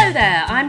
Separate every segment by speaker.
Speaker 1: I'm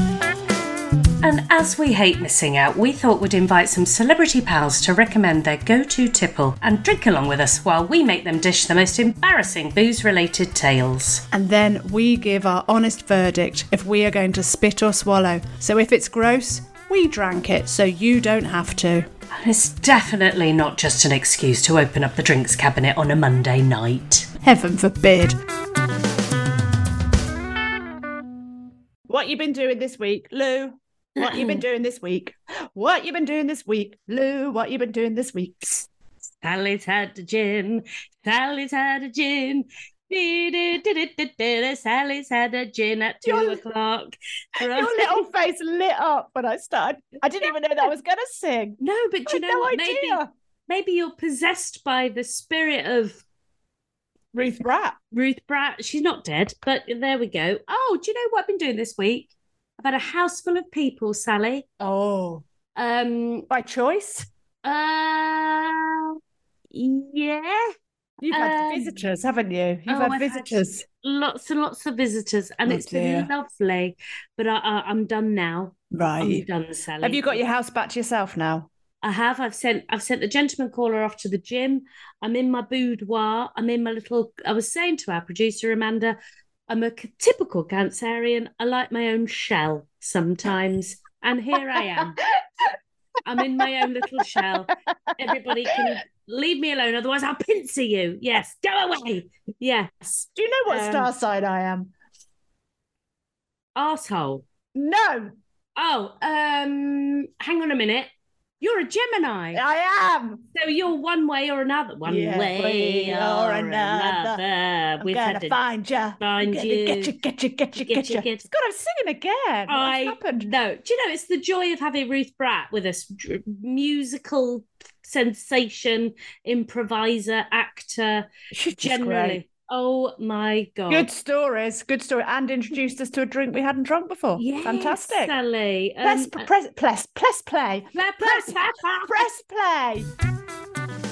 Speaker 1: And as we hate missing out, we thought we'd invite some celebrity pals to recommend their go to tipple and drink along with us while we make them dish the most embarrassing booze related tales.
Speaker 2: And then we give our honest verdict if we are going to spit or swallow. So if it's gross, we drank it so you don't have to.
Speaker 1: And it's definitely not just an excuse to open up the drinks cabinet on a Monday night.
Speaker 2: Heaven forbid. What you been doing this week, Lou? What you been doing this week? What you been doing this week, Lou? What you been doing this week?
Speaker 1: Sally's had a gin. Sally's had a gin. Dee-dee-dee-dee-dee-dee. Sally's had a gin at two
Speaker 2: Your-
Speaker 1: o'clock.
Speaker 2: Your little face lit up when I started. I didn't even know that I was going to sing.
Speaker 1: No, but
Speaker 2: I
Speaker 1: do you
Speaker 2: had
Speaker 1: know
Speaker 2: no
Speaker 1: what?
Speaker 2: idea.
Speaker 1: Maybe maybe you're possessed by the spirit of
Speaker 2: Ruth Bratt.
Speaker 1: Ruth Bratt. She's not dead, but there we go. Oh, do you know what I've been doing this week? I've had a house full of people, Sally.
Speaker 2: Oh,
Speaker 1: Um
Speaker 2: by choice.
Speaker 1: uh yeah.
Speaker 2: You've had
Speaker 1: Um,
Speaker 2: visitors, haven't you? You've
Speaker 1: oh,
Speaker 2: had
Speaker 1: I've had-
Speaker 2: visitors.
Speaker 1: Lots and lots of visitors, and
Speaker 2: Oh,
Speaker 1: it's been
Speaker 2: dear.
Speaker 1: lovely. But I, I, I'm done now. I'm
Speaker 2: Right.
Speaker 1: done, Sally.
Speaker 2: Have you got your house back to yourself now?
Speaker 1: I have. I've sent. I've sent the gentleman caller off to the gym. I'm in my boudoir. I'm in my little. I was saying to our producer Amanda, I'm a c- typical Cancerian. I like my own shell sometimes, and here I am. I'm in my own little shell. Everybody can leave me alone, otherwise I'll pincer you. Yes, go away. Yes,
Speaker 2: Do you know what
Speaker 1: Um,
Speaker 2: star sign I am?
Speaker 1: asshole.
Speaker 2: No,
Speaker 1: Oh, um, hang on a minute. You're a Gemini.
Speaker 2: I am.
Speaker 1: So you're one way or another, one
Speaker 2: Yeah,
Speaker 1: way
Speaker 2: way
Speaker 1: or
Speaker 2: or
Speaker 1: another.
Speaker 2: another.
Speaker 1: another.
Speaker 2: I'm
Speaker 1: We've
Speaker 2: going
Speaker 1: had to
Speaker 2: to find you.
Speaker 1: find
Speaker 2: Get
Speaker 1: you.
Speaker 2: you, get you, get you, get you,
Speaker 1: Get
Speaker 2: get
Speaker 1: you,
Speaker 2: you.
Speaker 1: get you.
Speaker 2: God, I'm singing again. What's
Speaker 1: I-
Speaker 2: happened?
Speaker 1: No, do you know it's the joy of having Ruth Bratt with us, dr- musical sensation, improviser, actor,
Speaker 2: She's just great.
Speaker 1: generally. Oh my god!
Speaker 2: Good stories, good story, and introduced us to a drink we hadn't drunk before.
Speaker 1: Yes,
Speaker 2: Fantastic.
Speaker 1: Sally. Um,
Speaker 2: Press,
Speaker 1: uh,
Speaker 2: press, press, press play.
Speaker 1: pla-
Speaker 2: press-
Speaker 1: pla- pla-
Speaker 2: Press play.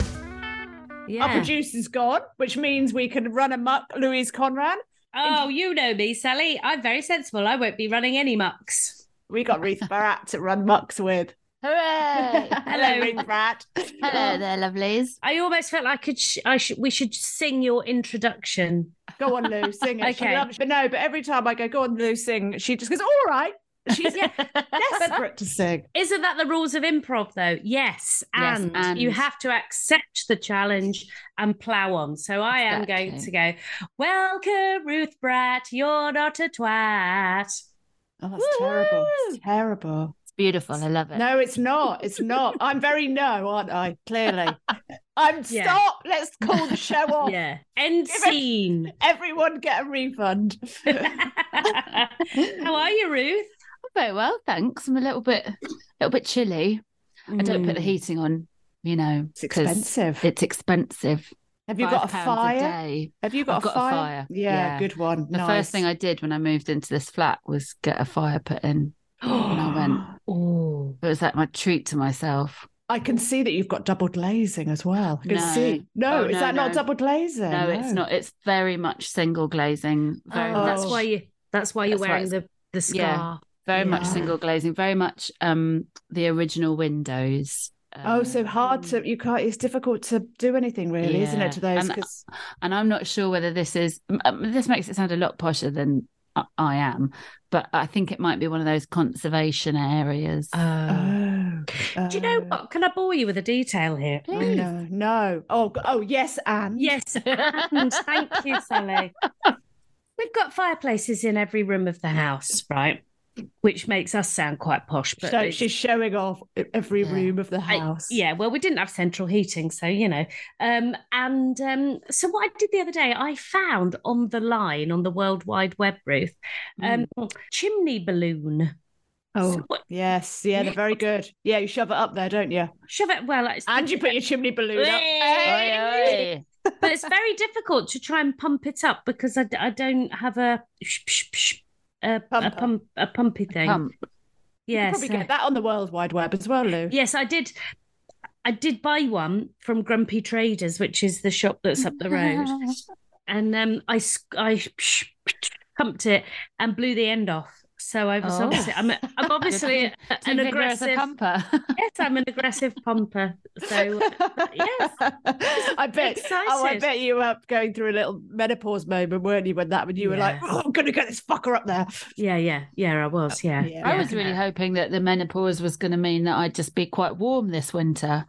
Speaker 2: Our
Speaker 1: Yeah.
Speaker 2: producer's gone, which means we can run amok Louise Conran.
Speaker 1: Oh, you know me, Sally. I'm very sensible. I won't be running any mucks.
Speaker 2: We got Ruth Barat to run mucks with.
Speaker 3: Hooray!
Speaker 2: Hello, Ruth Barat.
Speaker 3: Hello there, lovelies.
Speaker 1: I almost felt like I could sh- I should we should sing your introduction.
Speaker 2: Go on, Lou, sing it. She
Speaker 1: Okay.
Speaker 2: loves, but no, but every time I go, go on, Lou, sing, she just goes, all right. She's desperate to sing.
Speaker 1: Isn't that the rules of improv though? Yes.
Speaker 3: Yes,
Speaker 1: And,
Speaker 3: and.
Speaker 1: you have to accept the challenge and plow on. So I am going to
Speaker 3: Exactly.
Speaker 1: go, Welcome, Ruth Bratt, you're not a twat.
Speaker 2: Oh, that's terrible. It's terrible.
Speaker 3: It's beautiful. I love it.
Speaker 2: No, it's not. It's not. I'm very no, aren't I? Clearly. I'm
Speaker 1: Yeah.
Speaker 2: stop. Let's call the show
Speaker 3: Oh,
Speaker 2: off.
Speaker 1: Yeah. End
Speaker 2: Give it-
Speaker 1: scene.
Speaker 2: Everyone get a refund.
Speaker 1: How are you, Ruth?
Speaker 3: Very well, thanks. I'm a little bit, a little bit chilly. I don't put the heating on, you know,
Speaker 2: It's
Speaker 3: 'cause
Speaker 2: expensive.
Speaker 3: It's expensive.
Speaker 2: Have you
Speaker 3: Five
Speaker 2: got a
Speaker 3: pounds
Speaker 2: fire?
Speaker 3: day.
Speaker 2: Have you got,
Speaker 3: I've
Speaker 2: a,
Speaker 3: got a
Speaker 2: fire?
Speaker 3: fire,
Speaker 2: Yeah,
Speaker 3: yeah.
Speaker 2: good one.
Speaker 3: The first thing I did when I moved into this flat was get a fire put in. I went-
Speaker 1: Oh.
Speaker 3: It was like my treat to myself.
Speaker 2: I can see that you've got double glazing as well. I can see. No,
Speaker 3: Oh,
Speaker 2: is
Speaker 3: no,
Speaker 2: that not
Speaker 3: no.
Speaker 2: double glazing?
Speaker 3: No, it's not. It's very much single glazing. Very
Speaker 1: Oh, that's
Speaker 3: much-
Speaker 1: why you that's why you're
Speaker 3: That's why
Speaker 1: wearing
Speaker 3: it's-
Speaker 1: the the
Speaker 3: Yeah.
Speaker 1: scarf.
Speaker 3: very much
Speaker 2: Yeah.
Speaker 3: single glazing very much um the original windows
Speaker 2: Oh,
Speaker 3: um,
Speaker 2: so hard to you can't. It's difficult to do anything really, isn't
Speaker 3: Yeah.
Speaker 2: it? To those
Speaker 3: And-
Speaker 2: 'cause-
Speaker 3: and i'm not sure whether this is um, um, this makes it sound a lot posher than I- i am but i think it might be one of those conservation areas
Speaker 2: oh,
Speaker 3: uh,
Speaker 1: Do you know
Speaker 2: oh.
Speaker 1: what? Can I bore you with a detail here?
Speaker 2: Oh,
Speaker 3: Please.
Speaker 2: No, no. Oh, g- oh yes, and
Speaker 1: Yes, and thank you, Sally. We've got fireplaces in every room of the house, right? Which makes us sound quite posh, but
Speaker 2: So
Speaker 1: it's-
Speaker 2: she's showing off e- every
Speaker 3: Yeah.
Speaker 2: room of the
Speaker 1: I-
Speaker 2: house.
Speaker 1: yeah, well, we didn't have central heating, so you know. Um, and um, so what I did the other day, I found on the line on the World Wide Web, Ruth, um, chimney balloon.
Speaker 2: Mm. Oh,
Speaker 1: So what-
Speaker 2: yes. Yeah, they're very good. Yeah, you shove it up there, don't you?
Speaker 1: shove it. Well, it's
Speaker 2: And you put your chimney balloon up.
Speaker 1: Hey!
Speaker 2: Hey!
Speaker 3: Oi, oi.
Speaker 1: but it's very difficult to try and pump it up because I, d- I don't have a sh- sh- sh- a, a
Speaker 2: Pumper.
Speaker 1: pump a pumpy thing.
Speaker 3: Pump.
Speaker 1: yes,
Speaker 2: Probably get that on the World Wide Web as well, Lou.
Speaker 1: yes, I did. I did buy one from Grumpy Traders, which is the shop that's up the road, and um, I s- I sh- sh- pumped it and blew the end off. So I was
Speaker 3: Oh.
Speaker 1: obviously I'm, a, I'm obviously
Speaker 3: Two
Speaker 1: an
Speaker 3: finger as a
Speaker 1: aggressive
Speaker 3: pumper.
Speaker 1: yes I'm an aggressive pumper. So yes.
Speaker 2: I bet. Oh, I
Speaker 1: Excited.
Speaker 2: bet you were going through a little menopause moment, weren't you? When that, when you were like,
Speaker 1: Yeah.
Speaker 2: "Oh, I'm going to get this fucker up there."
Speaker 1: yeah yeah yeah I was yeah.
Speaker 2: Yeah.
Speaker 3: I was really hoping that the menopause was going to mean that I'd just be quite warm this winter.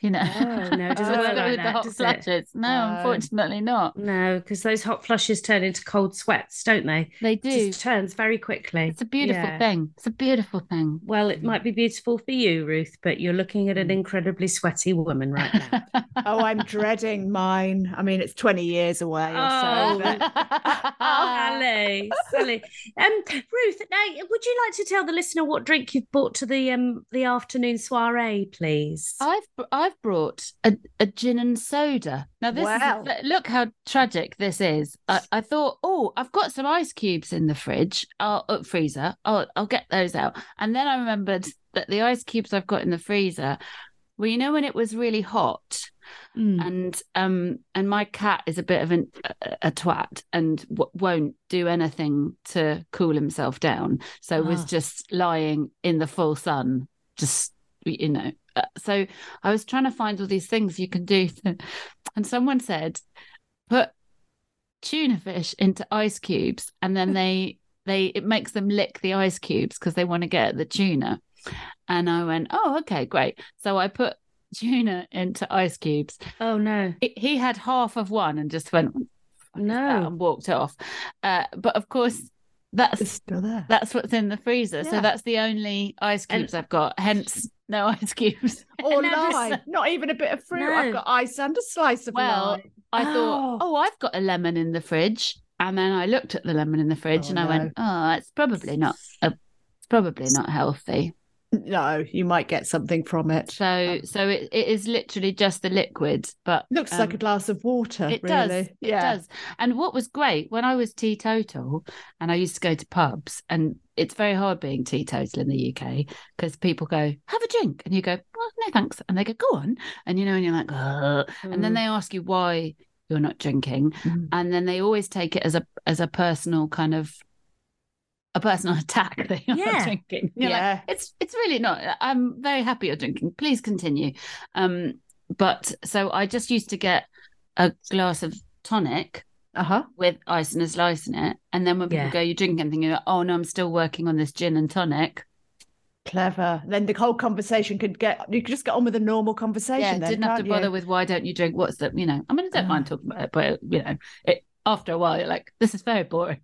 Speaker 3: You know,
Speaker 1: Oh, no, it doesn't
Speaker 3: With
Speaker 1: work like
Speaker 3: the
Speaker 1: that,
Speaker 3: hot
Speaker 1: does it?
Speaker 3: flushes. No,
Speaker 2: No.
Speaker 3: unfortunately not.
Speaker 1: No, because those hot flushes turn into cold sweats, don't they?
Speaker 3: They do.
Speaker 1: Just turns very quickly.
Speaker 3: It's a beautiful
Speaker 1: Yeah.
Speaker 3: thing. It's a beautiful thing.
Speaker 1: Well, it might be beautiful for you, Ruth, but you're looking at an
Speaker 3: Mm.
Speaker 1: incredibly sweaty woman right now.
Speaker 3: Ah.
Speaker 2: Oh, I'm dreading mine. I mean, it's 20 years away or
Speaker 1: Oh.
Speaker 2: so. but-
Speaker 1: oh, Sally, Sally. Um, Ruth, now, would you like to tell the listener what drink you've bought to the um the afternoon soiree, please?
Speaker 3: I've br- I've brought a, a gin and soda. Now this
Speaker 2: Wow.
Speaker 3: is, look how tragic this is. I, I thought, oh, I've got some ice cubes in the fridge, I'll, uh, freezer. I'll I'll get those out. And then I remembered that the ice cubes I've got in the freezer, well, you know when it was really hot, Hmm.
Speaker 1: Mm.
Speaker 3: and um and my cat is a bit of an, a, a twat and w- won't do anything to cool himself down so was
Speaker 1: Ah.
Speaker 3: just lying in the full sun just you know Uh, so i was trying to find all these things you can do to- and someone said put tuna fish into ice cubes and then they they it makes them lick the ice cubes because they want to get at the tuna and i went oh okay great so i put tuna into ice cubes
Speaker 1: Oh no,
Speaker 3: he- he had half of one and just went "Ah,"
Speaker 1: no.
Speaker 3: and walked off. Uh, but of course,
Speaker 2: It's
Speaker 3: that's
Speaker 2: still there.
Speaker 3: that's what's in the freezer.
Speaker 2: Yeah.
Speaker 3: So that's the only ice
Speaker 1: And-
Speaker 3: cubes I've got. Hence, no ice cubes.
Speaker 2: Or
Speaker 1: No,
Speaker 3: this-
Speaker 2: lime. Not even a bit of fruit.
Speaker 1: No.
Speaker 2: I've got ice and a slice of
Speaker 3: Well,
Speaker 2: lime.
Speaker 3: I thought, oh, I've got a lemon in the fridge, and then I looked at the lemon in the fridge
Speaker 2: Oh,
Speaker 3: and I went, oh, it's probably not. A, it's probably not healthy.
Speaker 2: No, you might get something from it.
Speaker 3: So, so it, it is literally just the liquid, but
Speaker 2: Looks
Speaker 3: um,
Speaker 2: like a glass of water,
Speaker 3: It
Speaker 2: really.
Speaker 3: does.
Speaker 2: yeah.
Speaker 3: It does. And what was great when I was teetotal and I used to go to pubs, and it's very hard being teetotal in the UK because people go, have a drink. And you go, well, no thanks. And they go, go on. And you know, and you're like, "Ugh." and then they ask you why you're not drinking.
Speaker 2: Mm.
Speaker 3: And then they always take it as a as a personal kind of a personal attack that you're
Speaker 1: Yeah.
Speaker 3: not drinking. You're like,
Speaker 2: yeah.
Speaker 3: it's it's really not i'm very happy you're drinking please continue um but so i just used to get a glass of tonic
Speaker 2: Uh huh.
Speaker 3: with ice and a slice in it and then when people
Speaker 1: Yeah.
Speaker 3: go you drink anything you're like oh no i'm still working on this gin and tonic
Speaker 2: Clever. Then the whole conversation could get, you could just get on with a normal conversation.
Speaker 3: yeah
Speaker 2: then,
Speaker 3: didn't have to
Speaker 2: can't you?
Speaker 3: bother with why don't you drink what's the you know i mean i don't
Speaker 2: Ah.
Speaker 3: mind talking about it but you know it after a while you're like this is very boring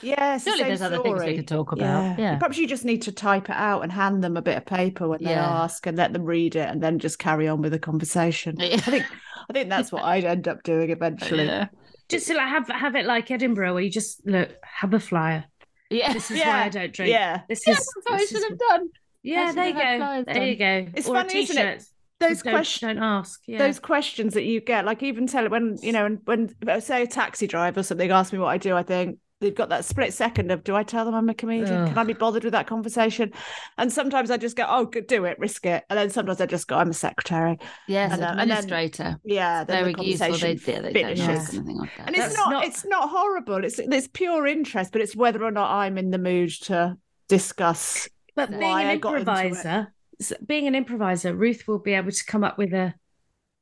Speaker 2: Yeah. it's the
Speaker 3: surely
Speaker 2: same
Speaker 3: there's other things
Speaker 2: story.
Speaker 3: we could talk about yeah,
Speaker 2: Perhaps you just need to type it out and hand them a bit of paper when they
Speaker 3: Yeah.
Speaker 2: ask and let them read it and then just carry on with the conversation.
Speaker 3: Yeah.
Speaker 2: I think I think that's what I'd end up doing eventually.
Speaker 3: yeah.
Speaker 1: just to like, have have it like Edinburgh, where you just look have a flyer.
Speaker 3: yeah.
Speaker 1: This is why
Speaker 2: Yeah.
Speaker 1: I don't drink.
Speaker 2: Yeah.
Speaker 1: This
Speaker 3: Yeah,
Speaker 1: is
Speaker 3: that's what I
Speaker 1: this
Speaker 3: should
Speaker 1: is-
Speaker 3: have done.
Speaker 1: Yeah,
Speaker 3: should
Speaker 1: there you
Speaker 3: have had
Speaker 1: go.
Speaker 3: flyers
Speaker 1: There you go.
Speaker 2: It's
Speaker 1: or a
Speaker 2: funny, isn't it?
Speaker 1: t-shirt.
Speaker 2: Those
Speaker 1: don't,
Speaker 2: questions
Speaker 1: Don't ask. Yeah.
Speaker 2: those questions that you get, like even tell it when you know, and when uh, say a taxi driver or something asks me what I do, I think they've got that split second of do I tell them I'm a comedian?
Speaker 1: Ugh.
Speaker 2: Can I be bothered with that conversation? And sometimes I just go, oh, good, do it, risk it, and then sometimes I just go, I'm a secretary.
Speaker 3: Yes,
Speaker 2: And, uh, and then-
Speaker 3: administrator.
Speaker 2: Yeah, then
Speaker 3: very
Speaker 2: the
Speaker 3: useful. They,
Speaker 2: conversation
Speaker 3: they, they don't
Speaker 2: finishes.
Speaker 3: know anything like that.
Speaker 2: and it's
Speaker 1: That's
Speaker 2: not,
Speaker 1: not-
Speaker 2: it's not horrible it's it's pure interest but it's whether or not i'm in the mood to discuss
Speaker 1: But
Speaker 2: Why
Speaker 1: being an
Speaker 2: I got into it.
Speaker 1: improviser, s- being an improviser, Ruth will be able to come up with a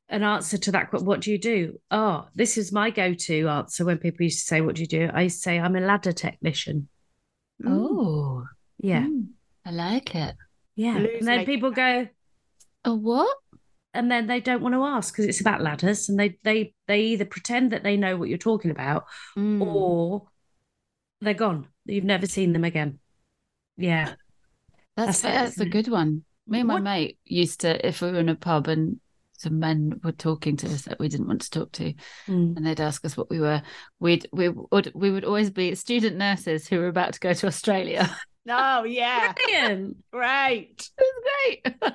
Speaker 1: an answer to that. que- What do you do? Oh, this is my go-to answer when people used to say, "What do you do?" I used to say, "I'm a ladder technician."
Speaker 3: oh,
Speaker 1: Yeah,
Speaker 2: Mm-hmm.
Speaker 3: mm, I like it.
Speaker 1: yeah.
Speaker 2: Lou's
Speaker 1: and then
Speaker 2: making-
Speaker 1: people go,
Speaker 3: A what?
Speaker 1: and then they don't want to ask because it's about ladders, and they they they either pretend that they know what you're talking about,
Speaker 2: Mm.
Speaker 3: Or
Speaker 1: or they're gone. You've never seen them again. Yeah. that's
Speaker 3: that's
Speaker 1: it,
Speaker 3: that's a
Speaker 1: isn't it?
Speaker 3: good one. Me and my
Speaker 1: What-
Speaker 3: mate used to, if we were in a pub and some men were talking to us that we didn't want to talk to,
Speaker 1: Mm.
Speaker 3: and they'd ask us what we were, we'd we would we would always be student nurses who were about to go to Australia.
Speaker 2: oh yeah
Speaker 1: Brilliant.
Speaker 2: great
Speaker 3: it was great.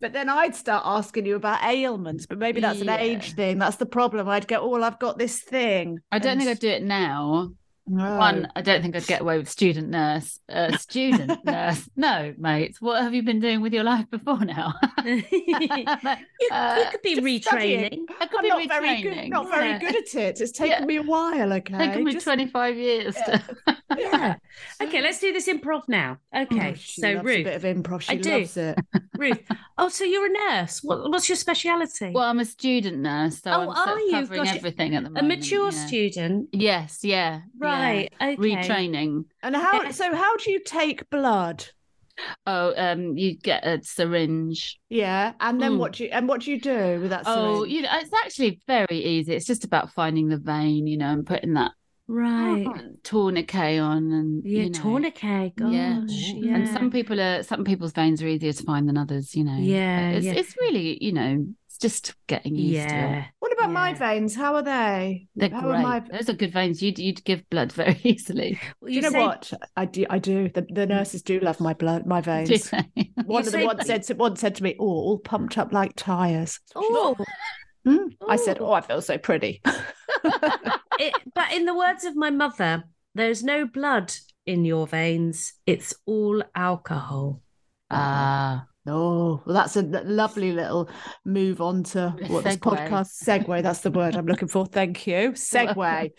Speaker 2: But then I'd start asking you about ailments, but maybe that's an
Speaker 3: Yeah.
Speaker 2: age thing. That's the problem. I'd go, oh, well, I've got this thing.
Speaker 3: I don't
Speaker 2: And-
Speaker 3: think I'd do it now.
Speaker 1: Oh.
Speaker 2: No.
Speaker 3: One, I don't think I'd get away with student nurse. Uh, student nurse. No, mate. What have you been doing with your life before now?
Speaker 1: you,
Speaker 3: Uh,
Speaker 1: you could be
Speaker 2: just studying.
Speaker 1: retraining.
Speaker 3: I could
Speaker 2: I'm
Speaker 3: be
Speaker 2: not very good,
Speaker 3: retraining.
Speaker 2: not very
Speaker 1: Yeah.
Speaker 2: good at it. It's taken
Speaker 3: Yeah.
Speaker 2: me a while. Okay,
Speaker 3: Taken me
Speaker 2: Just-
Speaker 3: 25 years.
Speaker 2: Yeah.
Speaker 3: to-
Speaker 1: Yeah. Okay, let's do this improv now.
Speaker 2: Oh,
Speaker 1: Okay,
Speaker 2: she
Speaker 1: so
Speaker 2: loves a
Speaker 1: Ruth,
Speaker 2: bit of improv. She
Speaker 1: I do.
Speaker 2: loves it.
Speaker 1: Ruth. Oh, so you're a nurse. What, what's your speciality?
Speaker 3: Well, I'm a student nurse, so
Speaker 1: Oh,
Speaker 3: I'm sort of
Speaker 1: are you?
Speaker 3: covering
Speaker 1: Gosh,
Speaker 3: everything at the
Speaker 1: a
Speaker 3: moment.
Speaker 1: mature
Speaker 3: yeah.
Speaker 1: student.
Speaker 3: Yes, yeah. yeah.
Speaker 1: Right. Okay.
Speaker 3: Retraining.
Speaker 2: And how?
Speaker 1: Yeah.
Speaker 2: So how do you take blood?
Speaker 3: Oh, um, you get a syringe.
Speaker 2: Yeah, and then
Speaker 3: Mm.
Speaker 2: what do you and what do you do with that?
Speaker 3: Oh,
Speaker 2: syringe?
Speaker 3: you know, it's actually very easy. It's just about finding the vein, you know, and putting that
Speaker 1: Right.
Speaker 3: tourniquet on, and
Speaker 1: Yeah,
Speaker 3: Oh, you know,
Speaker 1: tourniquet. Gosh.
Speaker 3: Yeah.
Speaker 1: Yeah.
Speaker 3: And some people are some people's veins are easier to find than others, you know.
Speaker 1: Yeah,
Speaker 3: it's,
Speaker 1: yeah.
Speaker 3: it's really, you know, it's just getting used to it.
Speaker 1: Yeah.
Speaker 2: what about my
Speaker 1: yeah.
Speaker 2: veins? How are they?
Speaker 3: They're
Speaker 2: How
Speaker 3: great.
Speaker 2: am I-
Speaker 3: Those are good veins. You'd you'd give blood very easily.
Speaker 1: Well,
Speaker 2: Do you, know
Speaker 1: say-
Speaker 2: what? I do. I do. The, the nurses do love my blood, my
Speaker 3: Hmm. Do
Speaker 2: veins.
Speaker 3: they?
Speaker 2: One of them
Speaker 1: say-
Speaker 2: once said to, one said to me, "Oh, all pumped up like tires."
Speaker 1: Oh,
Speaker 2: Mm. I said,
Speaker 1: Ooh.
Speaker 2: "Oh, I feel so pretty."
Speaker 1: it, but in the words of my mother, there's no blood in your veins. It's all alcohol.
Speaker 3: Ah,
Speaker 2: Oh, well, that's a l- lovely little move on to what this
Speaker 3: Segue.
Speaker 2: podcast segue. That's the word I'm looking for. Thank you. Segue. when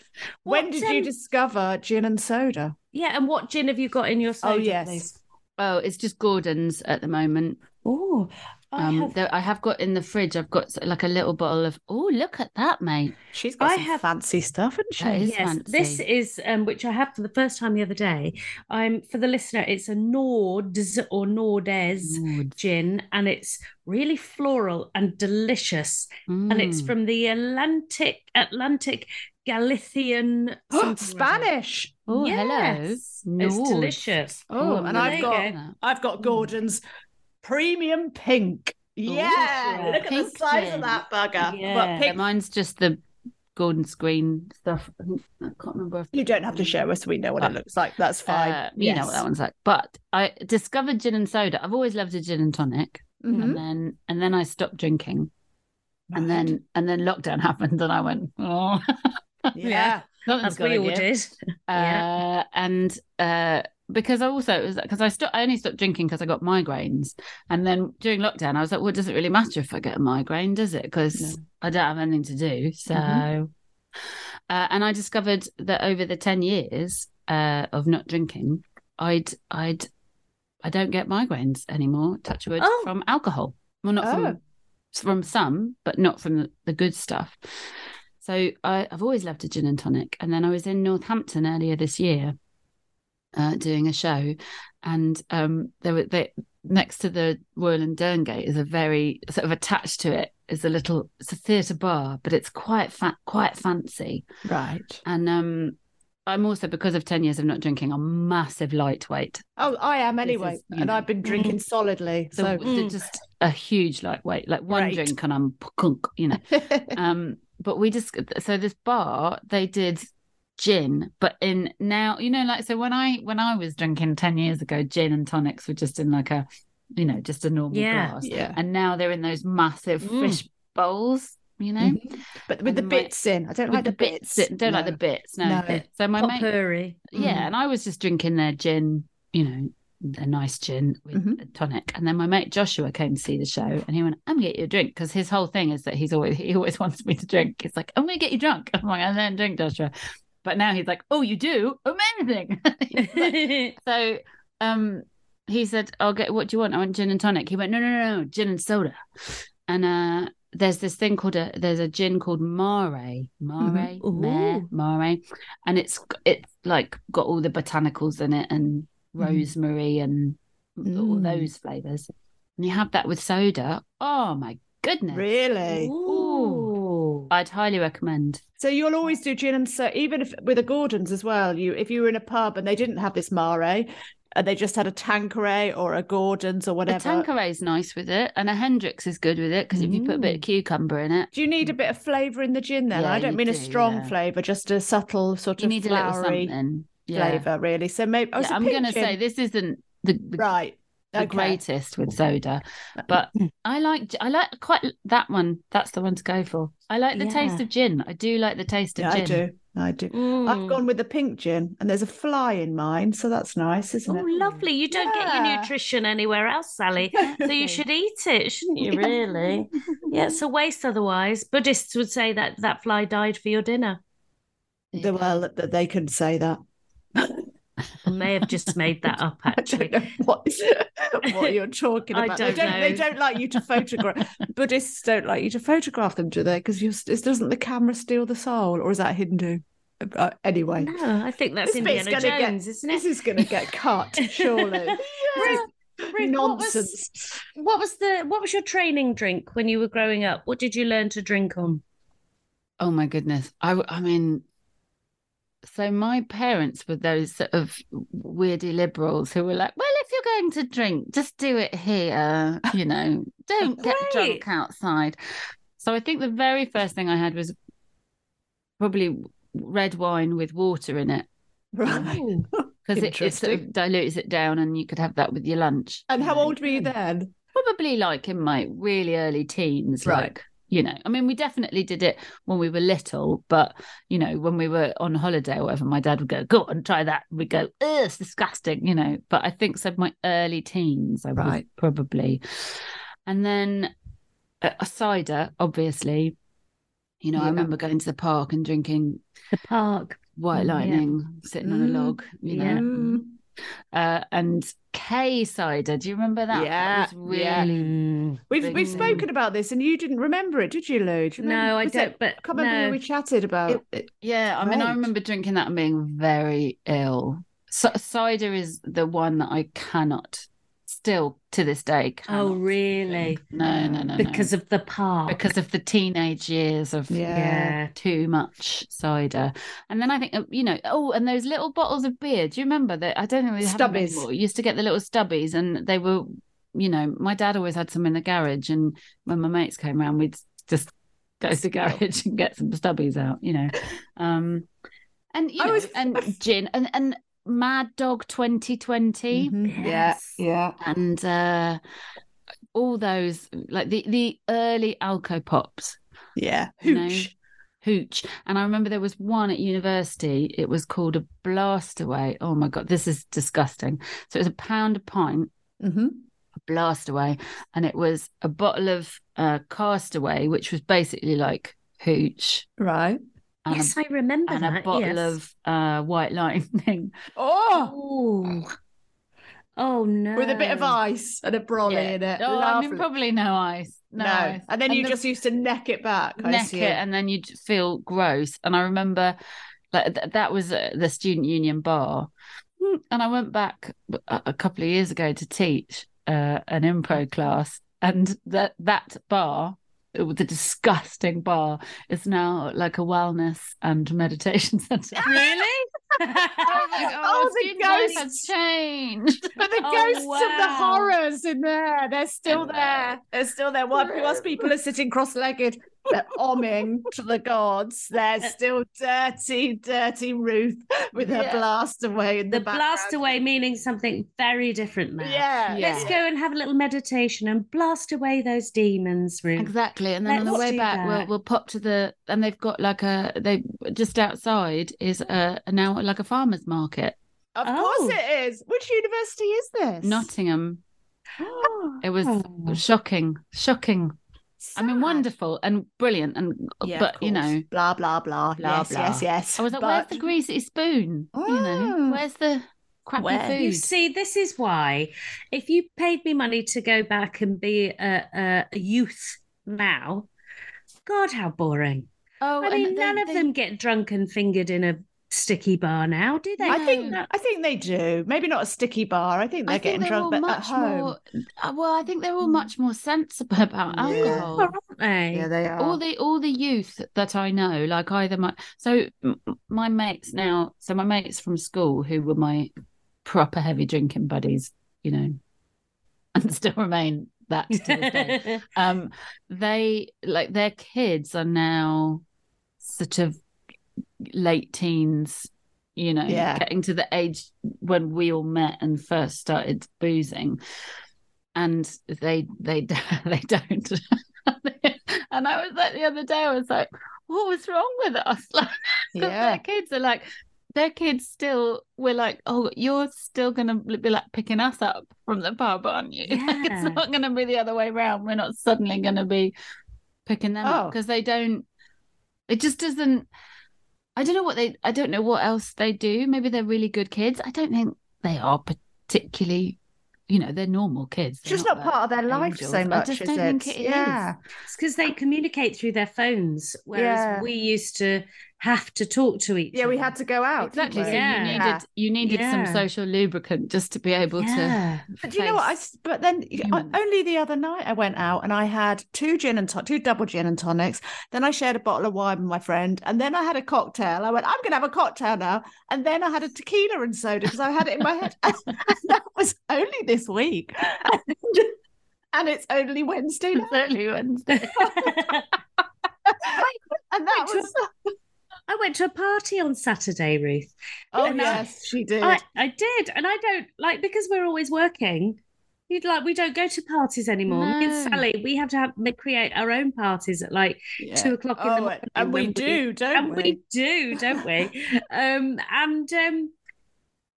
Speaker 1: What,
Speaker 2: did
Speaker 1: um,
Speaker 2: you discover gin and soda?
Speaker 1: Yeah. And what gin have you got in your soda?
Speaker 2: oh, yes.
Speaker 1: please?
Speaker 3: oh, it's just Gordon's at the moment.
Speaker 1: Oh, I
Speaker 3: um,
Speaker 1: have.
Speaker 3: though I have got in the fridge. I've got like a little bottle of. Oh, look at that, mate!
Speaker 2: She's got
Speaker 1: I
Speaker 2: some
Speaker 1: have-
Speaker 2: fancy stuff, isn't she?
Speaker 3: That is
Speaker 1: yes,
Speaker 3: fancy.
Speaker 1: this is um, which I had for the first time the other day. I'm for the listener. It's a Nords or Nordes
Speaker 3: Lord.
Speaker 1: gin, and it's really floral and delicious. And it's
Speaker 3: Mm.
Speaker 1: from the Atlantic Atlantic Galician something or other.
Speaker 2: Spanish.
Speaker 3: Oh,
Speaker 1: Yes,
Speaker 3: hello.
Speaker 1: It's
Speaker 3: Lord.
Speaker 1: delicious.
Speaker 2: Oh,
Speaker 3: I'm
Speaker 2: and
Speaker 3: gonna
Speaker 1: I've
Speaker 3: look
Speaker 1: got-
Speaker 3: at that.
Speaker 2: I've got Gordon's premium pink. Yeah,
Speaker 1: yeah.
Speaker 2: look at the
Speaker 3: Pink
Speaker 2: size
Speaker 3: gin.
Speaker 2: of that bugger.
Speaker 1: Yeah.
Speaker 2: But pink,
Speaker 3: Mine's just the Gordon's green stuff. I think- I can't remember. If-
Speaker 2: you don't have to show us. We know what it looks like. That's fine.
Speaker 3: Uh, you know what that one's like, but I discovered gin and soda. I've always loved a gin and tonic,
Speaker 2: Mhm.
Speaker 3: and then and then I stopped drinking, and then and then lockdown happened, and I went, oh,
Speaker 2: yeah.
Speaker 1: That's what
Speaker 3: something's got
Speaker 1: we
Speaker 3: to
Speaker 1: all
Speaker 3: give.
Speaker 1: did. Yeah.
Speaker 3: uh, and uh, because I also it was because I stopped, I only stopped drinking because I got migraines, and then during lockdown I was like, well, it doesn't really matter if I get a migraine, does it? Because I don't have anything to do. So,
Speaker 1: Mm-hmm.
Speaker 2: Mhm.
Speaker 3: uh, and I discovered that over the ten years uh, of not drinking, I'd I'd I don't get migraines anymore. Touch wood
Speaker 1: Oh.
Speaker 3: from alcohol. Well, not
Speaker 2: Oh.
Speaker 3: from from some, but not from the, the good stuff. So I, I've always loved a gin and tonic. And then I was in Northampton earlier this year uh, doing a show, and um, there were they, next to the Royal and Durn Gate is a very sort of attached to it is a little it's a theatre bar, but it's quite fa- quite fancy.
Speaker 2: Right.
Speaker 3: And um, I'm also because of ten years of not drinking, a massive lightweight.
Speaker 2: Oh, I am
Speaker 3: This
Speaker 2: anyway,
Speaker 3: is, you
Speaker 2: and
Speaker 3: know.
Speaker 2: I've been drinking solidly.
Speaker 3: So,
Speaker 2: So, Mm.
Speaker 3: they're just a huge lightweight, like one
Speaker 2: Right.
Speaker 3: drink and I'm kunk, you know. um but we just so this bar they did gin but in now you know like so when i when i was drinking 10 years ago gin and tonics were just in like a you know just a normal
Speaker 1: Yeah.
Speaker 3: glass
Speaker 2: yeah,
Speaker 3: and now they're in those massive
Speaker 1: Mm.
Speaker 3: fish bowls you know
Speaker 2: Mhm. but with the
Speaker 3: Mm-hmm. And my-
Speaker 2: bits in, I don't
Speaker 3: with
Speaker 2: like the bits.
Speaker 3: that- don't like the
Speaker 2: No.
Speaker 3: bits no,
Speaker 2: No.
Speaker 3: so my mate
Speaker 1: Potpourri.
Speaker 3: yeah
Speaker 2: Mm.
Speaker 3: and i was just drinking their gin you know a nice gin with
Speaker 2: Mhm.
Speaker 3: a tonic and then my mate joshua came to see the show and he went i'm gonna get you a drink because his whole thing is that he's always he always wants me to drink he's like i'm gonna get you drunk i'm like i don't drink joshua but now he's like oh you do amazing so um he said i'll get what do you want i want gin and tonic he went no no no, no gin and soda and uh there's this thing called a there's a gin called mare mare
Speaker 2: Mm-hmm.
Speaker 1: Mhm.
Speaker 3: mare
Speaker 1: Ooh.
Speaker 3: mare and it's it's like got all the botanicals in it and
Speaker 2: Mm.
Speaker 3: rosemary and all
Speaker 2: Mm.
Speaker 3: those flavors and you have that with soda oh my goodness
Speaker 2: Really?
Speaker 1: Ooh.
Speaker 3: i'd highly recommend
Speaker 2: So you'll always do gin and so even if with a Gordon's as well. You if you were in a pub and they didn't have this Mare, and they just had a Tanqueray or a Gordon's or whatever.
Speaker 3: a tanqueray's nice with it and a hendrix is good with it because if you put a
Speaker 2: Mm.
Speaker 3: bit of cucumber in it
Speaker 2: do you need a bit of flavour in the gin then?
Speaker 3: Yeah,
Speaker 2: I don't
Speaker 3: you
Speaker 2: mean a
Speaker 3: do,
Speaker 2: strong
Speaker 3: yeah.
Speaker 2: flavour, just a subtle sort
Speaker 3: you
Speaker 2: of
Speaker 3: need a little
Speaker 2: flowery
Speaker 3: something yeah
Speaker 2: flavour, really. So maybe oh,
Speaker 3: Yeah,
Speaker 2: so
Speaker 3: I'm
Speaker 2: pink
Speaker 3: going to
Speaker 2: gin.
Speaker 3: say this isn't the, the
Speaker 2: right.
Speaker 3: the
Speaker 2: Okay. Mm.
Speaker 3: greatest with soda, but I like I like quite that one. That's the one to go for. I like the taste
Speaker 1: Yeah.
Speaker 3: of gin. I do like the taste of
Speaker 2: Yeah, I
Speaker 3: gin.
Speaker 2: do. I do. I've
Speaker 1: Mm.
Speaker 2: gone with the pink gin, and there's a fly in mine, so that's nice, isn't
Speaker 1: Oh,
Speaker 2: it?
Speaker 1: lovely. You don't get your
Speaker 2: Yeah.
Speaker 1: nutrition anywhere else, Sally. So you should eat it, shouldn't you, really? Yeah, it's a waste otherwise. Buddhists would say that that fly died for your dinner.
Speaker 2: The- well, that they can say that.
Speaker 1: I may have just made that up,
Speaker 2: I don't
Speaker 1: actually.
Speaker 2: know what, what you're talking
Speaker 1: I
Speaker 2: about.
Speaker 1: don't
Speaker 2: they, don't, they
Speaker 1: know.
Speaker 2: don't like you to photograph. Buddhists don't like you to photograph them, do they? Because doesn't the camera steal the soul, or is that Hindu? Uh, anyway,
Speaker 1: No, I think that's
Speaker 2: This bit's
Speaker 1: Indiana Jones,
Speaker 2: gonna get-
Speaker 1: isn't
Speaker 2: this
Speaker 1: it?
Speaker 2: is going to get cut, surely.
Speaker 1: what was-
Speaker 2: Nonsense.
Speaker 1: What was the what was your training drink when you were growing up? What did you learn to drink on?
Speaker 3: Oh my goodness. I, w- I mean, so my parents were those sort of weirdy liberals who were like, well, if you're going to drink, just do it here. You know, don't get
Speaker 1: Right.
Speaker 3: drunk outside. So I think the very first thing I had was probably red wine with water in it
Speaker 1: Oh
Speaker 2: Right.
Speaker 3: because it, it sort
Speaker 2: Interesting.
Speaker 3: of dilutes it down and you could have that with your lunch.
Speaker 2: And
Speaker 3: you
Speaker 2: how
Speaker 3: know.
Speaker 2: old were you then?
Speaker 3: Probably like in my really early teens,
Speaker 2: Right.
Speaker 3: like you know. I mean, we definitely did it when we were little, but you know, when we were on holiday or whatever, my dad would go, "Go and try that." We'd go, "Ugh, it's disgusting," you know. But I think so. My early teens, I was
Speaker 2: Right.
Speaker 3: probably, and then uh, a cider, obviously. You know,
Speaker 2: Yeah.
Speaker 3: I remember going to the park and drinking
Speaker 1: The park.
Speaker 3: white
Speaker 1: Yeah.
Speaker 3: lightning, sitting on a
Speaker 2: Mm,
Speaker 3: log. You know,
Speaker 1: yeah.
Speaker 2: Mm.
Speaker 3: uh, and K cider. Do you remember that?
Speaker 2: Yeah,
Speaker 3: that was
Speaker 2: yeah.
Speaker 3: really
Speaker 2: We've
Speaker 3: big
Speaker 2: we've
Speaker 3: thing.
Speaker 2: spoken about this, and you didn't remember it, did you, Lou? Do you remember-
Speaker 1: No, I
Speaker 2: was
Speaker 1: don't.
Speaker 2: It,
Speaker 1: But
Speaker 2: can't remember who
Speaker 1: no,
Speaker 2: we chatted about. It,
Speaker 3: Yeah, I mean, I
Speaker 2: Right.
Speaker 3: remember drinking that and being very ill. So, cider is the one that I cannot, still to this day.
Speaker 1: oh
Speaker 3: cannot
Speaker 1: really?
Speaker 3: drink. No, no, no, no.
Speaker 1: Because of the park.
Speaker 3: because of the teenage years of
Speaker 2: yeah.
Speaker 1: yeah.
Speaker 3: too much cider, and then I think uh, you know. Oh, and those little bottles of beer. Do you remember that? I don't know. they have them
Speaker 2: Stubbies.
Speaker 3: anymore. You used to get the little stubbies, and they were, you know, my dad always had some in the garage, and when my mates came round, we'd just go to the garage and get some stubbies out. You know, um, and you
Speaker 2: I
Speaker 3: know,
Speaker 2: was-
Speaker 3: and gin and and Mad Dog Twenty
Speaker 2: Mhm. Yeah,
Speaker 1: Yes.
Speaker 2: yeah.
Speaker 3: and uh all those like the the early alco pops
Speaker 2: Yeah.
Speaker 3: You know,
Speaker 2: Hooch.
Speaker 3: hooch. And I remember there was one at university. It was called a blast away. Oh my God, this is disgusting. So it was a pound a pint,
Speaker 2: hmm
Speaker 3: a blast away. And it was a bottle of uh, castaway, which was basically like hooch.
Speaker 2: Right.
Speaker 3: And
Speaker 1: yes,
Speaker 3: a,
Speaker 1: I remember
Speaker 3: and
Speaker 1: that.
Speaker 3: a bottle
Speaker 1: yes.
Speaker 3: of uh, white lightning.
Speaker 2: Oh,
Speaker 1: Ooh. Oh no.
Speaker 2: with a bit of ice and a brolly
Speaker 3: Yeah.
Speaker 2: in it.
Speaker 3: Oh, I
Speaker 2: Lovely.
Speaker 3: mean, probably no ice. No.
Speaker 2: no.
Speaker 3: ice.
Speaker 2: And then you
Speaker 3: the-
Speaker 2: just used to neck it back. I
Speaker 3: neck
Speaker 2: see
Speaker 3: it, and then you'd feel gross. And I remember like th- that was uh, the student union bar, Hmm. and I went back a, a couple of years ago to teach uh, an improv class, and that that bar. The disgusting bar is now like a wellness and meditation center.
Speaker 1: really?
Speaker 3: I was like, oh,
Speaker 2: Oh,
Speaker 3: our
Speaker 2: the
Speaker 3: student life has
Speaker 2: ghosts.
Speaker 3: changed.
Speaker 2: But the
Speaker 1: Oh,
Speaker 2: ghosts of the
Speaker 1: wow.
Speaker 2: horrors in there, they're still
Speaker 3: Hello.
Speaker 2: there. They're still there. While whilst people are sitting cross legged, they're omming to the gods. They're still dirty, dirty Ruth with her
Speaker 3: Yeah.
Speaker 2: blast away in the,
Speaker 1: the blast away meaning something very different now.
Speaker 2: background. Yeah.
Speaker 3: Yeah.
Speaker 1: Let's go and have a little meditation and blast away those demons, Ruth.
Speaker 3: Exactly. And then on the
Speaker 1: Let's
Speaker 3: way
Speaker 1: do
Speaker 3: back, we'll
Speaker 1: that.
Speaker 3: we'll pop to the and they've got like a they just outside is a now like a farmers market.
Speaker 2: Of
Speaker 1: Oh.
Speaker 2: course it is. Which university is this?
Speaker 3: Nottingham.
Speaker 2: Oh,
Speaker 3: It was
Speaker 1: Oh.
Speaker 3: shocking. Shocking. I mean
Speaker 2: sad.
Speaker 3: wonderful and brilliant and
Speaker 2: Yeah, of
Speaker 3: but you
Speaker 2: course.
Speaker 3: know
Speaker 2: blah blah blah.
Speaker 3: Blah,
Speaker 2: yes,
Speaker 3: blah.
Speaker 2: yes, yes.
Speaker 3: I was like, where's
Speaker 2: But-
Speaker 3: the greasy spoon? You know,
Speaker 2: Mm.
Speaker 3: where's the crappy
Speaker 2: Where-
Speaker 1: You
Speaker 3: food?
Speaker 1: see, this is why if you paid me money to go back and be a, a, a youth now, God, how boring.
Speaker 3: Oh,
Speaker 1: I
Speaker 3: and
Speaker 1: mean,
Speaker 3: they-
Speaker 1: none of
Speaker 3: they-
Speaker 1: them get drunk and fingered in a sticky bar now, do they?
Speaker 2: I think
Speaker 3: No.
Speaker 2: I think they do. Maybe not a sticky bar. I think they're
Speaker 3: I
Speaker 2: getting
Speaker 3: think they're all
Speaker 2: drunk, but at
Speaker 3: much
Speaker 2: home.
Speaker 3: more. uh, Well, I think they're all much more sensible about
Speaker 2: Yeah.
Speaker 3: alcohol.
Speaker 1: Are, aren't they?
Speaker 2: Oh, they are.
Speaker 3: all the all the youth that I know, like either my so m- my mates now, so my mates from school who were my proper heavy drinking buddies, you know, and still remain that to this day. um, they like their kids are now sort of late teens, you know,
Speaker 2: Yeah.
Speaker 3: getting to the age when we all met and first started boozing. and they they d- they don't. and I was like the other day, I was like, what was wrong with us? Like, 'cause their
Speaker 2: Yeah.
Speaker 3: kids are like, their kids still we're like, oh, you're still gonna be like picking us up from the pub, aren't you? Like,
Speaker 1: Yeah.
Speaker 3: it's not gonna be the other way around. We're not suddenly gonna be picking them up
Speaker 2: Oh.
Speaker 3: because they don't. It just doesn't. I don't know what they. I don't know what else they do. Maybe they're really good kids. I don't think they are particularly. You know, they're normal kids.
Speaker 2: It's
Speaker 3: They're
Speaker 2: just not
Speaker 3: like-
Speaker 2: part of their life
Speaker 3: angels. I
Speaker 2: so much,
Speaker 3: just
Speaker 2: is
Speaker 3: don't
Speaker 2: it?
Speaker 3: think it is.
Speaker 2: yeah.
Speaker 1: It's because they communicate through their phones, whereas
Speaker 2: Yeah.
Speaker 1: we used to have to talk to each
Speaker 2: Yeah,
Speaker 1: other.
Speaker 2: we had to go out. didn't
Speaker 3: Exactly. So
Speaker 2: we?
Speaker 1: Yeah.
Speaker 3: you needed you needed
Speaker 1: Yeah.
Speaker 3: some social lubricant just to be able
Speaker 1: yeah.
Speaker 3: to.
Speaker 2: But do you know what? I
Speaker 3: face-
Speaker 2: s- but then I,
Speaker 3: humans.
Speaker 2: only the other night I went out and I had two gin and ton- two double gin and tonics. Then I shared a bottle of wine with my friend, and then I had a cocktail. I went, I'm going to have a cocktail now, and then I had a tequila and soda because I had it in my head. and that was only this week, and, and it's only Wednesday, now.
Speaker 3: It's only Wednesday.
Speaker 2: and that
Speaker 1: Which
Speaker 2: was
Speaker 1: I went to a party on Saturday, Ruth.
Speaker 2: oh
Speaker 1: and I-
Speaker 2: yes, she did.
Speaker 1: I, I did. And I don't like because we're always working. You'd like we don't go to parties anymore. Me and
Speaker 3: No.
Speaker 1: Sally, we have to have, ma- create our own parties at like
Speaker 2: Yeah.
Speaker 1: two o'clock in the
Speaker 2: Oh,
Speaker 1: morning.
Speaker 2: and, and we
Speaker 1: when
Speaker 2: do, don't
Speaker 1: and
Speaker 2: we?
Speaker 1: we do, don't we? um, and um,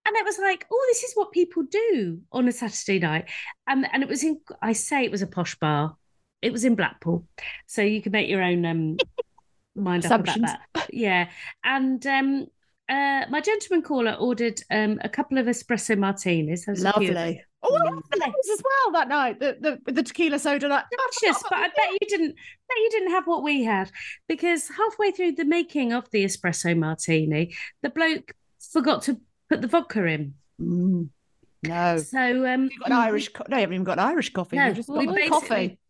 Speaker 1: and it was like, oh, this is what people do on a Saturday night, and and it was in. I say it was a posh bar. It was in Blackpool, so you can make your own um, mind up about
Speaker 2: Assumptions.
Speaker 1: that. Yeah, and um, uh, my gentleman caller ordered um, a couple of espresso martinis. That was cute.
Speaker 2: Lovely. All
Speaker 1: Mm.
Speaker 2: of Oh, those as well that night. The the, with the tequila soda. Like, oh,
Speaker 1: delicious, but I bet you didn't bet you didn't have what we had because halfway through the making of the espresso martini, the bloke forgot to put the vodka in.
Speaker 2: Mm. No.
Speaker 1: So um
Speaker 2: You've got an Irish. Co- no, you haven't even got an Irish coffee.
Speaker 1: No,
Speaker 2: You've just
Speaker 1: we
Speaker 2: got
Speaker 1: basically-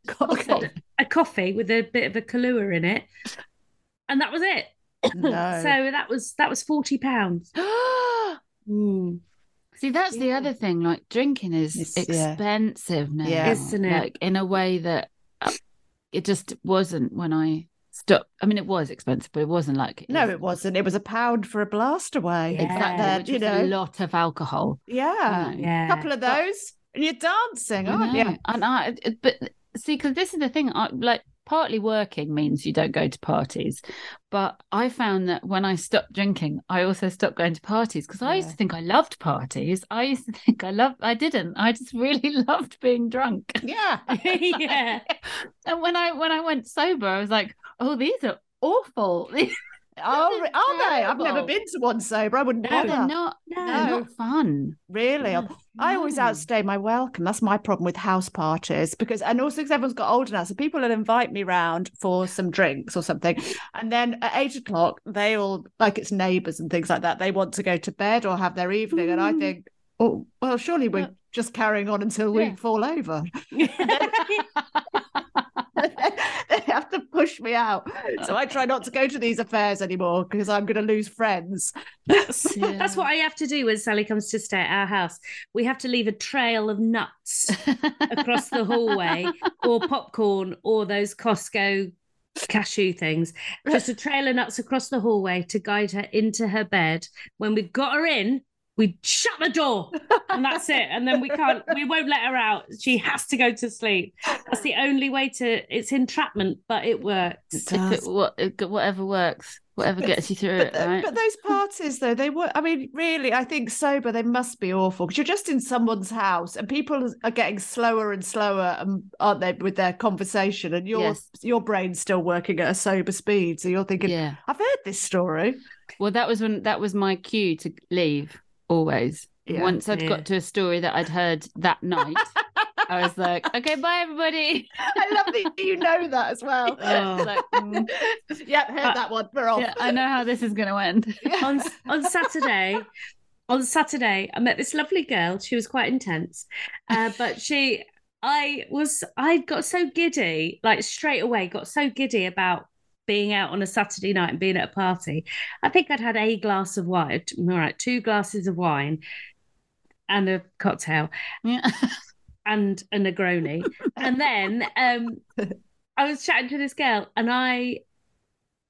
Speaker 2: coffee.
Speaker 3: Coffee.
Speaker 1: a coffee with a bit of a Kahlua in it. And that was it.
Speaker 2: No.
Speaker 1: So that was that was forty pounds.
Speaker 2: Hmm.
Speaker 3: See, that's the
Speaker 1: Yeah.
Speaker 3: other thing. Like drinking is
Speaker 2: It's- yeah.
Speaker 3: expensive now,
Speaker 2: Yeah.
Speaker 1: Isn't it?
Speaker 3: Like in a way that uh, it just wasn't when I stopped. I mean, it was expensive, but it wasn't like it
Speaker 2: no,
Speaker 3: is
Speaker 2: it wasn't. It was a pound for a blast away.
Speaker 1: Yeah.
Speaker 3: exactly.
Speaker 2: That-
Speaker 3: which
Speaker 2: you
Speaker 3: was
Speaker 2: know.
Speaker 3: a lot of alcohol. you
Speaker 2: Yeah.
Speaker 3: know.
Speaker 1: Yeah.
Speaker 2: A couple of those, and you're dancing,
Speaker 3: I
Speaker 2: aren't
Speaker 3: know.
Speaker 2: you?
Speaker 3: And I, it- but see, because this is the thing, I, like partly working means you don't go to parties, but I found that when I stopped drinking, I also stopped going to parties because I used
Speaker 2: Yeah.
Speaker 3: to think I loved parties. I used to think I loved, I didn't. I just really loved being drunk.
Speaker 2: Yeah.
Speaker 1: yeah.
Speaker 3: And when I when I went sober, I was like, oh, these are awful. These
Speaker 2: Are,
Speaker 3: This is
Speaker 2: are they? I've never
Speaker 3: terrible.
Speaker 2: been to one sober. I wouldn't
Speaker 3: are
Speaker 2: bother.
Speaker 3: not
Speaker 1: No.
Speaker 3: they're not fun.
Speaker 2: Really,
Speaker 3: No,
Speaker 2: I always
Speaker 3: no.
Speaker 2: outstay my welcome. That's my problem with house parties because, and also because everyone's got older now, so people will invite me round for some drinks or something, and then at eight o'clock they all like it's neighbours and things like that. They want to go to bed or have their evening, and I
Speaker 1: Mm.
Speaker 2: think, oh well, surely we're
Speaker 3: Yeah.
Speaker 2: just carrying on until
Speaker 3: Yeah.
Speaker 2: we fall over. they have to push me out, so I try not to go to these affairs anymore because I'm going to lose friends.
Speaker 1: That's what I have to do when Sally comes to stay at our house. We have to leave a trail of nuts across the hallway or popcorn or those Costco cashew things. Just a trail of nuts across the hallway to guide her into her bed. When we've got her in, we shut the door and that's it. And then we can't, we won't let her out. She has to go to sleep. That's the only way to, it's entrapment, but it works.
Speaker 3: If it, what, whatever works, whatever gets you through
Speaker 2: but,
Speaker 3: it,
Speaker 2: tho-
Speaker 3: right?
Speaker 2: but those parties though they were i mean really i think sober they must be awful because you're just in someone's house and people are getting slower and slower and aren't they with their conversation and your
Speaker 3: Yes.
Speaker 2: your brain's still working at a sober speed so you're thinking
Speaker 3: yeah.
Speaker 2: i've heard this story
Speaker 3: Well, that was when that was my cue to leave. Always.
Speaker 2: Yeah.
Speaker 3: Once I'd
Speaker 1: Yeah.
Speaker 3: got to a story that I'd heard that night, I was like, "Okay, bye, everybody."
Speaker 2: i love that you know that as well
Speaker 1: Oh.
Speaker 3: Like, mm,
Speaker 2: yep heard
Speaker 3: Uh,
Speaker 2: that one we're off
Speaker 3: yeah, I know how this is going to end.
Speaker 1: on on Saturday, on Saturday, I met this lovely girl. She was quite intense, uh, but she, I was, I got so giddy, like straight away, got so giddy about being out on a Saturday night and being at a party. I think I'd had a glass of wine, t- all right, two glasses of wine, and a cocktail
Speaker 3: Yeah.
Speaker 1: and a Negroni, and then um, I was chatting to this girl, and I,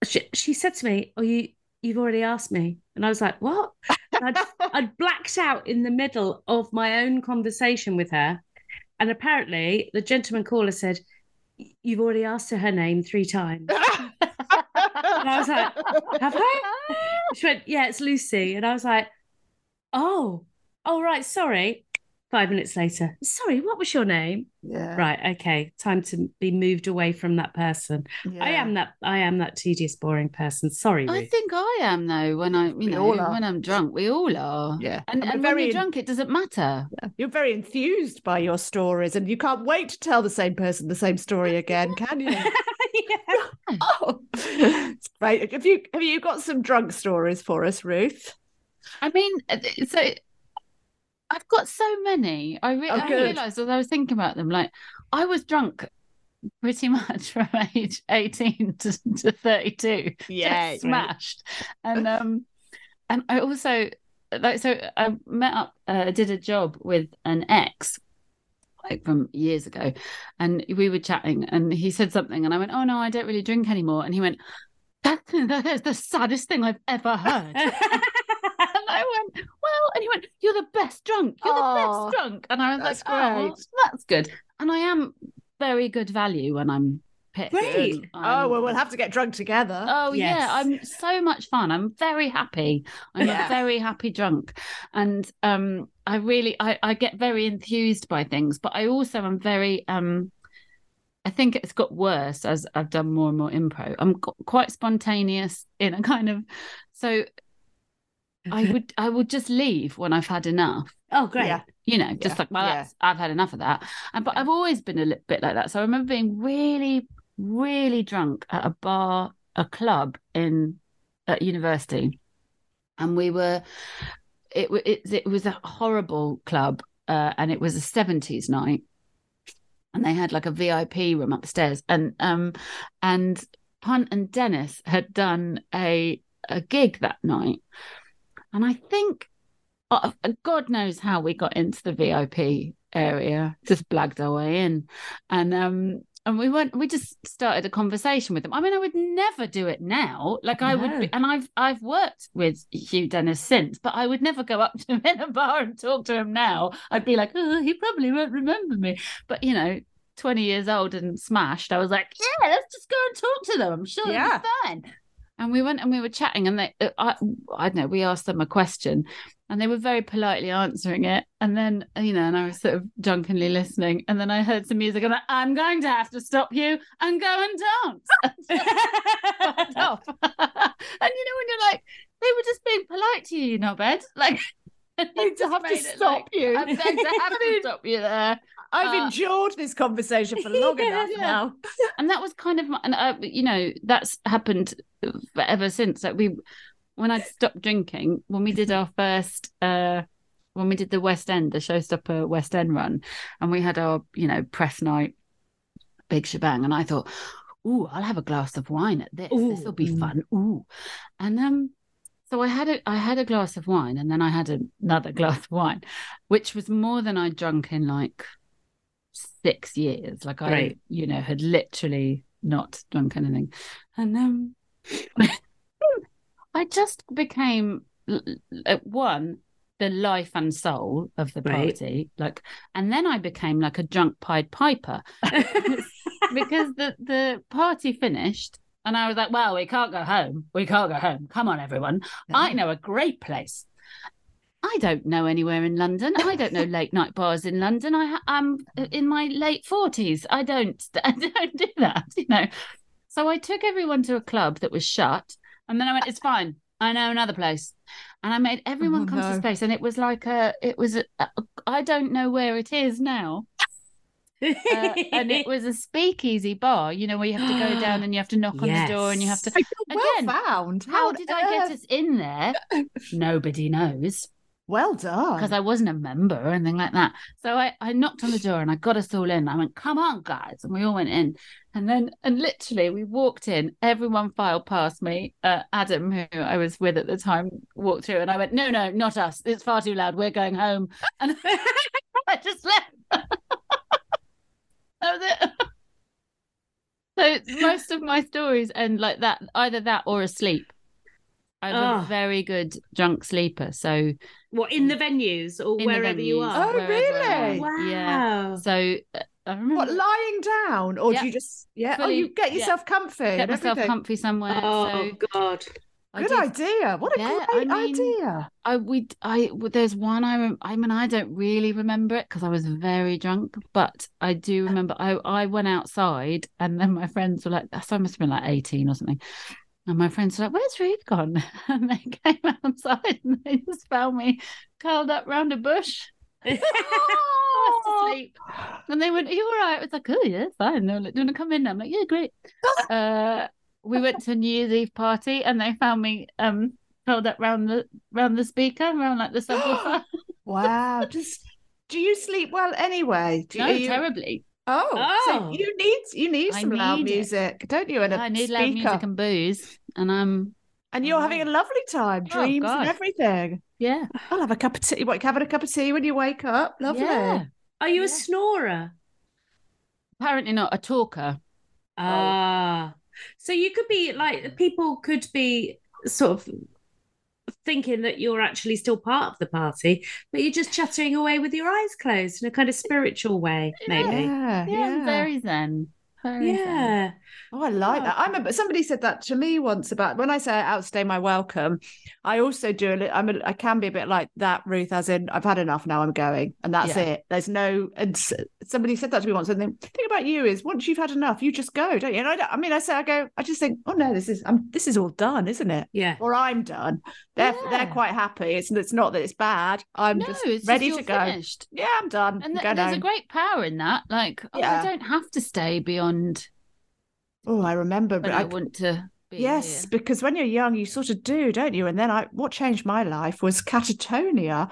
Speaker 1: she, she said to me, "Oh, you." You've already asked me. And I was like, what? And I'd, I'd blacked out in the middle of my own conversation with her. And apparently, the gentleman caller said, You've already asked her her name three times. And I was like, Have I? She went, Yeah, it's Lucy. And I was like, Oh, oh, right. Sorry. Five minutes later, sorry, what was your name?
Speaker 2: yeah.
Speaker 1: Right. Okay. Time to be moved away from that person. I am that. I am that tedious, boring person. Sorry,
Speaker 3: I
Speaker 1: Ruth.
Speaker 3: think I am though. When I, you
Speaker 2: We
Speaker 3: know,
Speaker 2: all are.
Speaker 3: when I'm drunk, we all are.
Speaker 2: Yeah.
Speaker 3: And,
Speaker 2: I'm
Speaker 3: and
Speaker 2: very
Speaker 3: when
Speaker 2: in-
Speaker 3: you're drunk, it doesn't matter.
Speaker 2: You're very enthused by your stories, and you can't wait to tell the same person the same story again, can you?
Speaker 1: Yeah.
Speaker 2: oh, it's great. Have you have you got some drunk stories for us, Ruth?
Speaker 3: I mean, uh, th- so I've got so many. I, re-
Speaker 2: Oh,
Speaker 3: I
Speaker 2: good.
Speaker 3: realized as I was thinking about them, like I was drunk pretty much from age 18 to, to 32. just smashed. And um, and I also like so I met up, uh, did a job with an ex, like from years ago, and we were chatting, and he said something, and I went, "Oh no, I don't really drink anymore," and he went. That, that is the saddest thing I've ever heard. and I went, well, and he went, you're the best drunk. You're
Speaker 2: Oh,
Speaker 3: the best drunk. And I was
Speaker 2: that's
Speaker 3: like, oh,
Speaker 2: great.
Speaker 3: that's good. And I am very good value when I'm pissed.
Speaker 1: Great.
Speaker 2: Oh well,
Speaker 3: I'm-
Speaker 2: we'll have to get drunk together.
Speaker 3: Oh
Speaker 1: Yes.
Speaker 3: yeah, I'm so much fun. I'm very happy. I'm
Speaker 2: Yeah.
Speaker 3: a very happy drunk, and um, I really I, I get very enthused by things, but I also am very um, I think it's got worse as I've done more and more improv. I'm qu- quite spontaneous in a kind of so I would I would just leave when I've had enough
Speaker 1: Oh, great.
Speaker 2: Yeah.
Speaker 3: you know, just
Speaker 2: Yeah,
Speaker 3: like, well,
Speaker 2: yeah.
Speaker 3: that's, I've had enough of that. And but I've always been a li- bit like that. So I remember being really, really drunk at a bar, a club in at university, and we were. It w- it it was a horrible club, uh, and it was a seventies night, and they had like a VIP room upstairs, and um, and Punt and Dennis had done a a gig that night, and I think uh, God knows how we got into the VIP area, just blagged our way in, and um, and we went, we just started a conversation with them. I mean, I would never do it now. Like I would, be,
Speaker 1: No.
Speaker 3: and I've I've worked with Hugh Dennis since, but I would never go up to him in a bar and talk to him now. I'd be like, oh, he probably won't remember me. But you know, twenty years old and smashed, I was like, yeah, let's just go and talk to them. I'm sure
Speaker 2: Yeah.
Speaker 3: it'll be fun. And we went and we were chatting, and they, uh, I, I don't know, we asked them a question, and they were very politely answering it. And then, you know, and I was sort of drunkenly listening. And then I heard some music and I, I'm going to have to stop you and go and dance. Fucked
Speaker 2: Oh.
Speaker 3: off. and you know, when you're like, they were just being polite to you, you knobhead. Like,
Speaker 2: I
Speaker 3: just
Speaker 2: have to
Speaker 3: made it
Speaker 2: stop
Speaker 3: like,
Speaker 2: you.
Speaker 3: I'm going to have to stop you there.
Speaker 2: I've
Speaker 3: uh,
Speaker 2: endured this conversation for long
Speaker 1: Yeah,
Speaker 2: enough
Speaker 3: yeah.
Speaker 2: now.
Speaker 3: and that was kind of my, and uh, you know that's happened ever since like we when i stopped drinking when we did our first uh when we did the west end the showstopper west end run and we had our you know press night big shebang and i thought ooh i'll have a glass of wine at this this will be
Speaker 1: Ooh.
Speaker 3: fun ooh and um so i had a i had a glass of wine and then i had another glass of wine which was more than i'd drunk in like six years. Like I,
Speaker 1: Right.
Speaker 3: you know, had literally not drunk anything, and um, I just became l- l- at one the life and soul of the
Speaker 1: Right.
Speaker 3: party. Like, and then I became like a drunk Pied Piper because the the party finished. And I was like, well, we can't go home. We can't go home. Come on, everyone. I
Speaker 2: Mm-hmm.
Speaker 3: know a great place. I don't know anywhere in London. I don't know late night bars in London. I ha- I'm uh, in my late forties. I don't. I don't do that. You know. So I took everyone to a club that was shut, and then I went. It's fine. I know another place, and I made everyone
Speaker 2: Oh,
Speaker 3: come to
Speaker 2: no.
Speaker 3: this place, and it was like a. It was. A, a, I don't know where it is now, uh, and it was a speakeasy bar. You know where you have to go down and you have to knock on the door and you have to.
Speaker 2: I feel
Speaker 3: Again,
Speaker 2: well found.
Speaker 3: How did I get us in there? Nobody knows
Speaker 2: Well done.
Speaker 3: because I wasn't a member or anything like that. So I, I knocked on the door and I got us all in. I went, come on, guys. And we all went in. And then, and literally, we walked in. Everyone filed past me. Uh, Adam, who I was with at the time, walked through and I went, no, no, not us. It's far too loud. We're going home. And I just left. that was it. So most of my stories end like that, either that or asleep. I'm a
Speaker 1: Ah.
Speaker 3: very good drunk sleeper. So
Speaker 1: What in the venues or
Speaker 3: in the
Speaker 1: wherever you
Speaker 3: venues,
Speaker 1: are?
Speaker 2: Oh,
Speaker 3: wherever I
Speaker 2: really?
Speaker 3: am.
Speaker 1: wow.
Speaker 3: Yeah. So uh, I remember
Speaker 2: What lying down, or
Speaker 3: Yeah.
Speaker 2: do you just yeah? oh,
Speaker 3: Fully-
Speaker 2: you get
Speaker 3: yeah.
Speaker 2: yourself comfy.
Speaker 3: get
Speaker 2: and
Speaker 3: myself
Speaker 2: everything.
Speaker 3: comfy somewhere.
Speaker 1: Oh
Speaker 3: so
Speaker 1: God!
Speaker 3: I
Speaker 2: Good
Speaker 3: did-
Speaker 2: idea. What a
Speaker 3: Yeah, I
Speaker 2: great
Speaker 3: mean-
Speaker 2: idea.
Speaker 3: I we I well, there's one I rem- I mean I don't really remember it because I was very drunk, but I do remember I I went outside and then my friends were like so I must have been like 18 or something. And my friends were like, Where's Reeve gone? And they came outside and they just found me curled up round a bush fast asleep. And they went, Are you all right? I was like, Oh, yeah, fine. They're like, Do you want to come in? I'm like, Yeah, great. Uh, we went to a New Year's Eve party and they found me um curled up round the round the speaker, round like the subwoofer.
Speaker 2: Wow. Just do you sleep well anyway? Do you,
Speaker 3: no,
Speaker 2: are you-
Speaker 3: terribly.
Speaker 2: Oh,
Speaker 1: Oh.
Speaker 2: so you need you need
Speaker 3: I
Speaker 2: some loud
Speaker 3: need it.
Speaker 2: music, don't you? And a
Speaker 3: I need
Speaker 2: speaker,
Speaker 3: loud music and booze. And I'm
Speaker 2: and you're having a lovely time,
Speaker 3: Oh,
Speaker 2: dreams
Speaker 3: God.
Speaker 2: and everything.
Speaker 3: yeah.
Speaker 2: I'll have a cup of tea. What, having a cup of tea when you wake up? Lovely.
Speaker 3: Yeah.
Speaker 1: Are you
Speaker 3: Yeah.
Speaker 1: a snorer?
Speaker 3: Apparently not a talker.
Speaker 2: Oh.
Speaker 1: Ah, so you could be like people could be sort of thinking that you're actually still part of the party, but you're just chattering away with your eyes closed in a kind of spiritual way, maybe.
Speaker 2: Yeah,
Speaker 3: Yeah, I'm very zen. Very zen.
Speaker 1: Yeah.
Speaker 2: Oh, I like that. I remember somebody said that to me once about when I say I outstay my welcome. I also do a little, I'm a, I can be a bit like that, Ruth, as in I've had enough now, I'm going, and that's
Speaker 3: Yeah.
Speaker 2: it. There's no, and s- somebody said that to me once. And then the thing about you is once you've had enough, you just go, don't you? And I, don't, I mean, I say, I go, I just think, oh no, this is, I'm, this is all done, isn't it?
Speaker 1: Yeah.
Speaker 2: Or I'm done. They're,
Speaker 3: Yeah.
Speaker 2: they're quite happy. It's, it's not that it's bad. I'm
Speaker 3: No,
Speaker 2: just
Speaker 3: it's just
Speaker 2: ready
Speaker 3: you're
Speaker 2: to go.
Speaker 3: finished.
Speaker 2: Yeah, I'm done.
Speaker 3: And
Speaker 2: I'm
Speaker 3: th-
Speaker 2: going
Speaker 3: there's a
Speaker 2: home.
Speaker 3: great power in that. Like, oh, I
Speaker 2: Yeah.
Speaker 3: don't have to stay beyond
Speaker 2: oh, I remember.
Speaker 3: when
Speaker 2: I
Speaker 3: I, want to be.
Speaker 2: Yes,
Speaker 3: here.
Speaker 2: because when you're young, you sort of do, don't you? And then I, what changed my life was catatonia.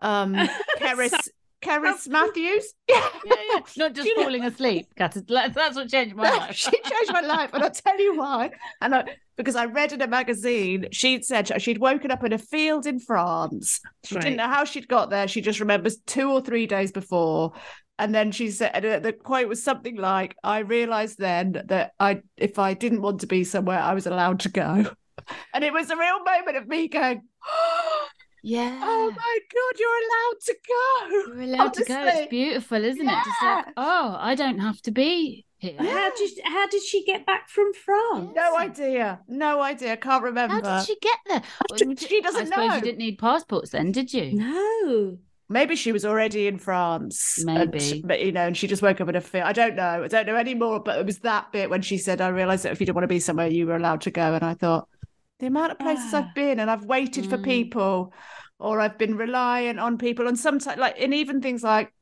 Speaker 2: Um, Keris, Keris Matthews. Yeah,
Speaker 3: Yeah, yeah. Not just
Speaker 2: Do you know-
Speaker 3: falling asleep. Cat- like, That's what changed my life.
Speaker 2: she changed my life, and I'll tell you why. And I, because I read in a magazine, she'd said sh- she'd woken up in a field in France. She didn't
Speaker 1: Right.
Speaker 2: know how she'd got there. She just remembers two or three days before. And then she said and, uh, the quote was something like, "I realized then that I, if I didn't want to be somewhere, I was allowed to go." And it was a real moment of me going,
Speaker 3: yeah.
Speaker 2: Oh my God, you're allowed to go.
Speaker 3: You're allowed to go.
Speaker 2: honestly.
Speaker 3: It's beautiful, isn't it? Just like,
Speaker 2: Yeah.
Speaker 3: oh, I don't have to be here.
Speaker 1: How did how did she get back from France?
Speaker 2: No idea. No idea. Can't
Speaker 3: How
Speaker 2: remember.
Speaker 3: did she get there?
Speaker 2: d-
Speaker 3: Well,
Speaker 2: she doesn't
Speaker 3: I suppose
Speaker 2: know.
Speaker 3: you didn't need passports then, did you?
Speaker 1: No.
Speaker 2: Maybe she was already in France. and-
Speaker 3: Maybe.
Speaker 2: but, you know, and she just woke up in a fit. I don't know. I don't know anymore. But it was that bit when she said, I realized that if you didn't want to be somewhere, you were allowed to go. And I thought, the amount of places
Speaker 1: Ah.
Speaker 2: I've been and I've waited for
Speaker 3: Mm.
Speaker 2: people or I've been reliant on people. And sometimes, like, and even things like,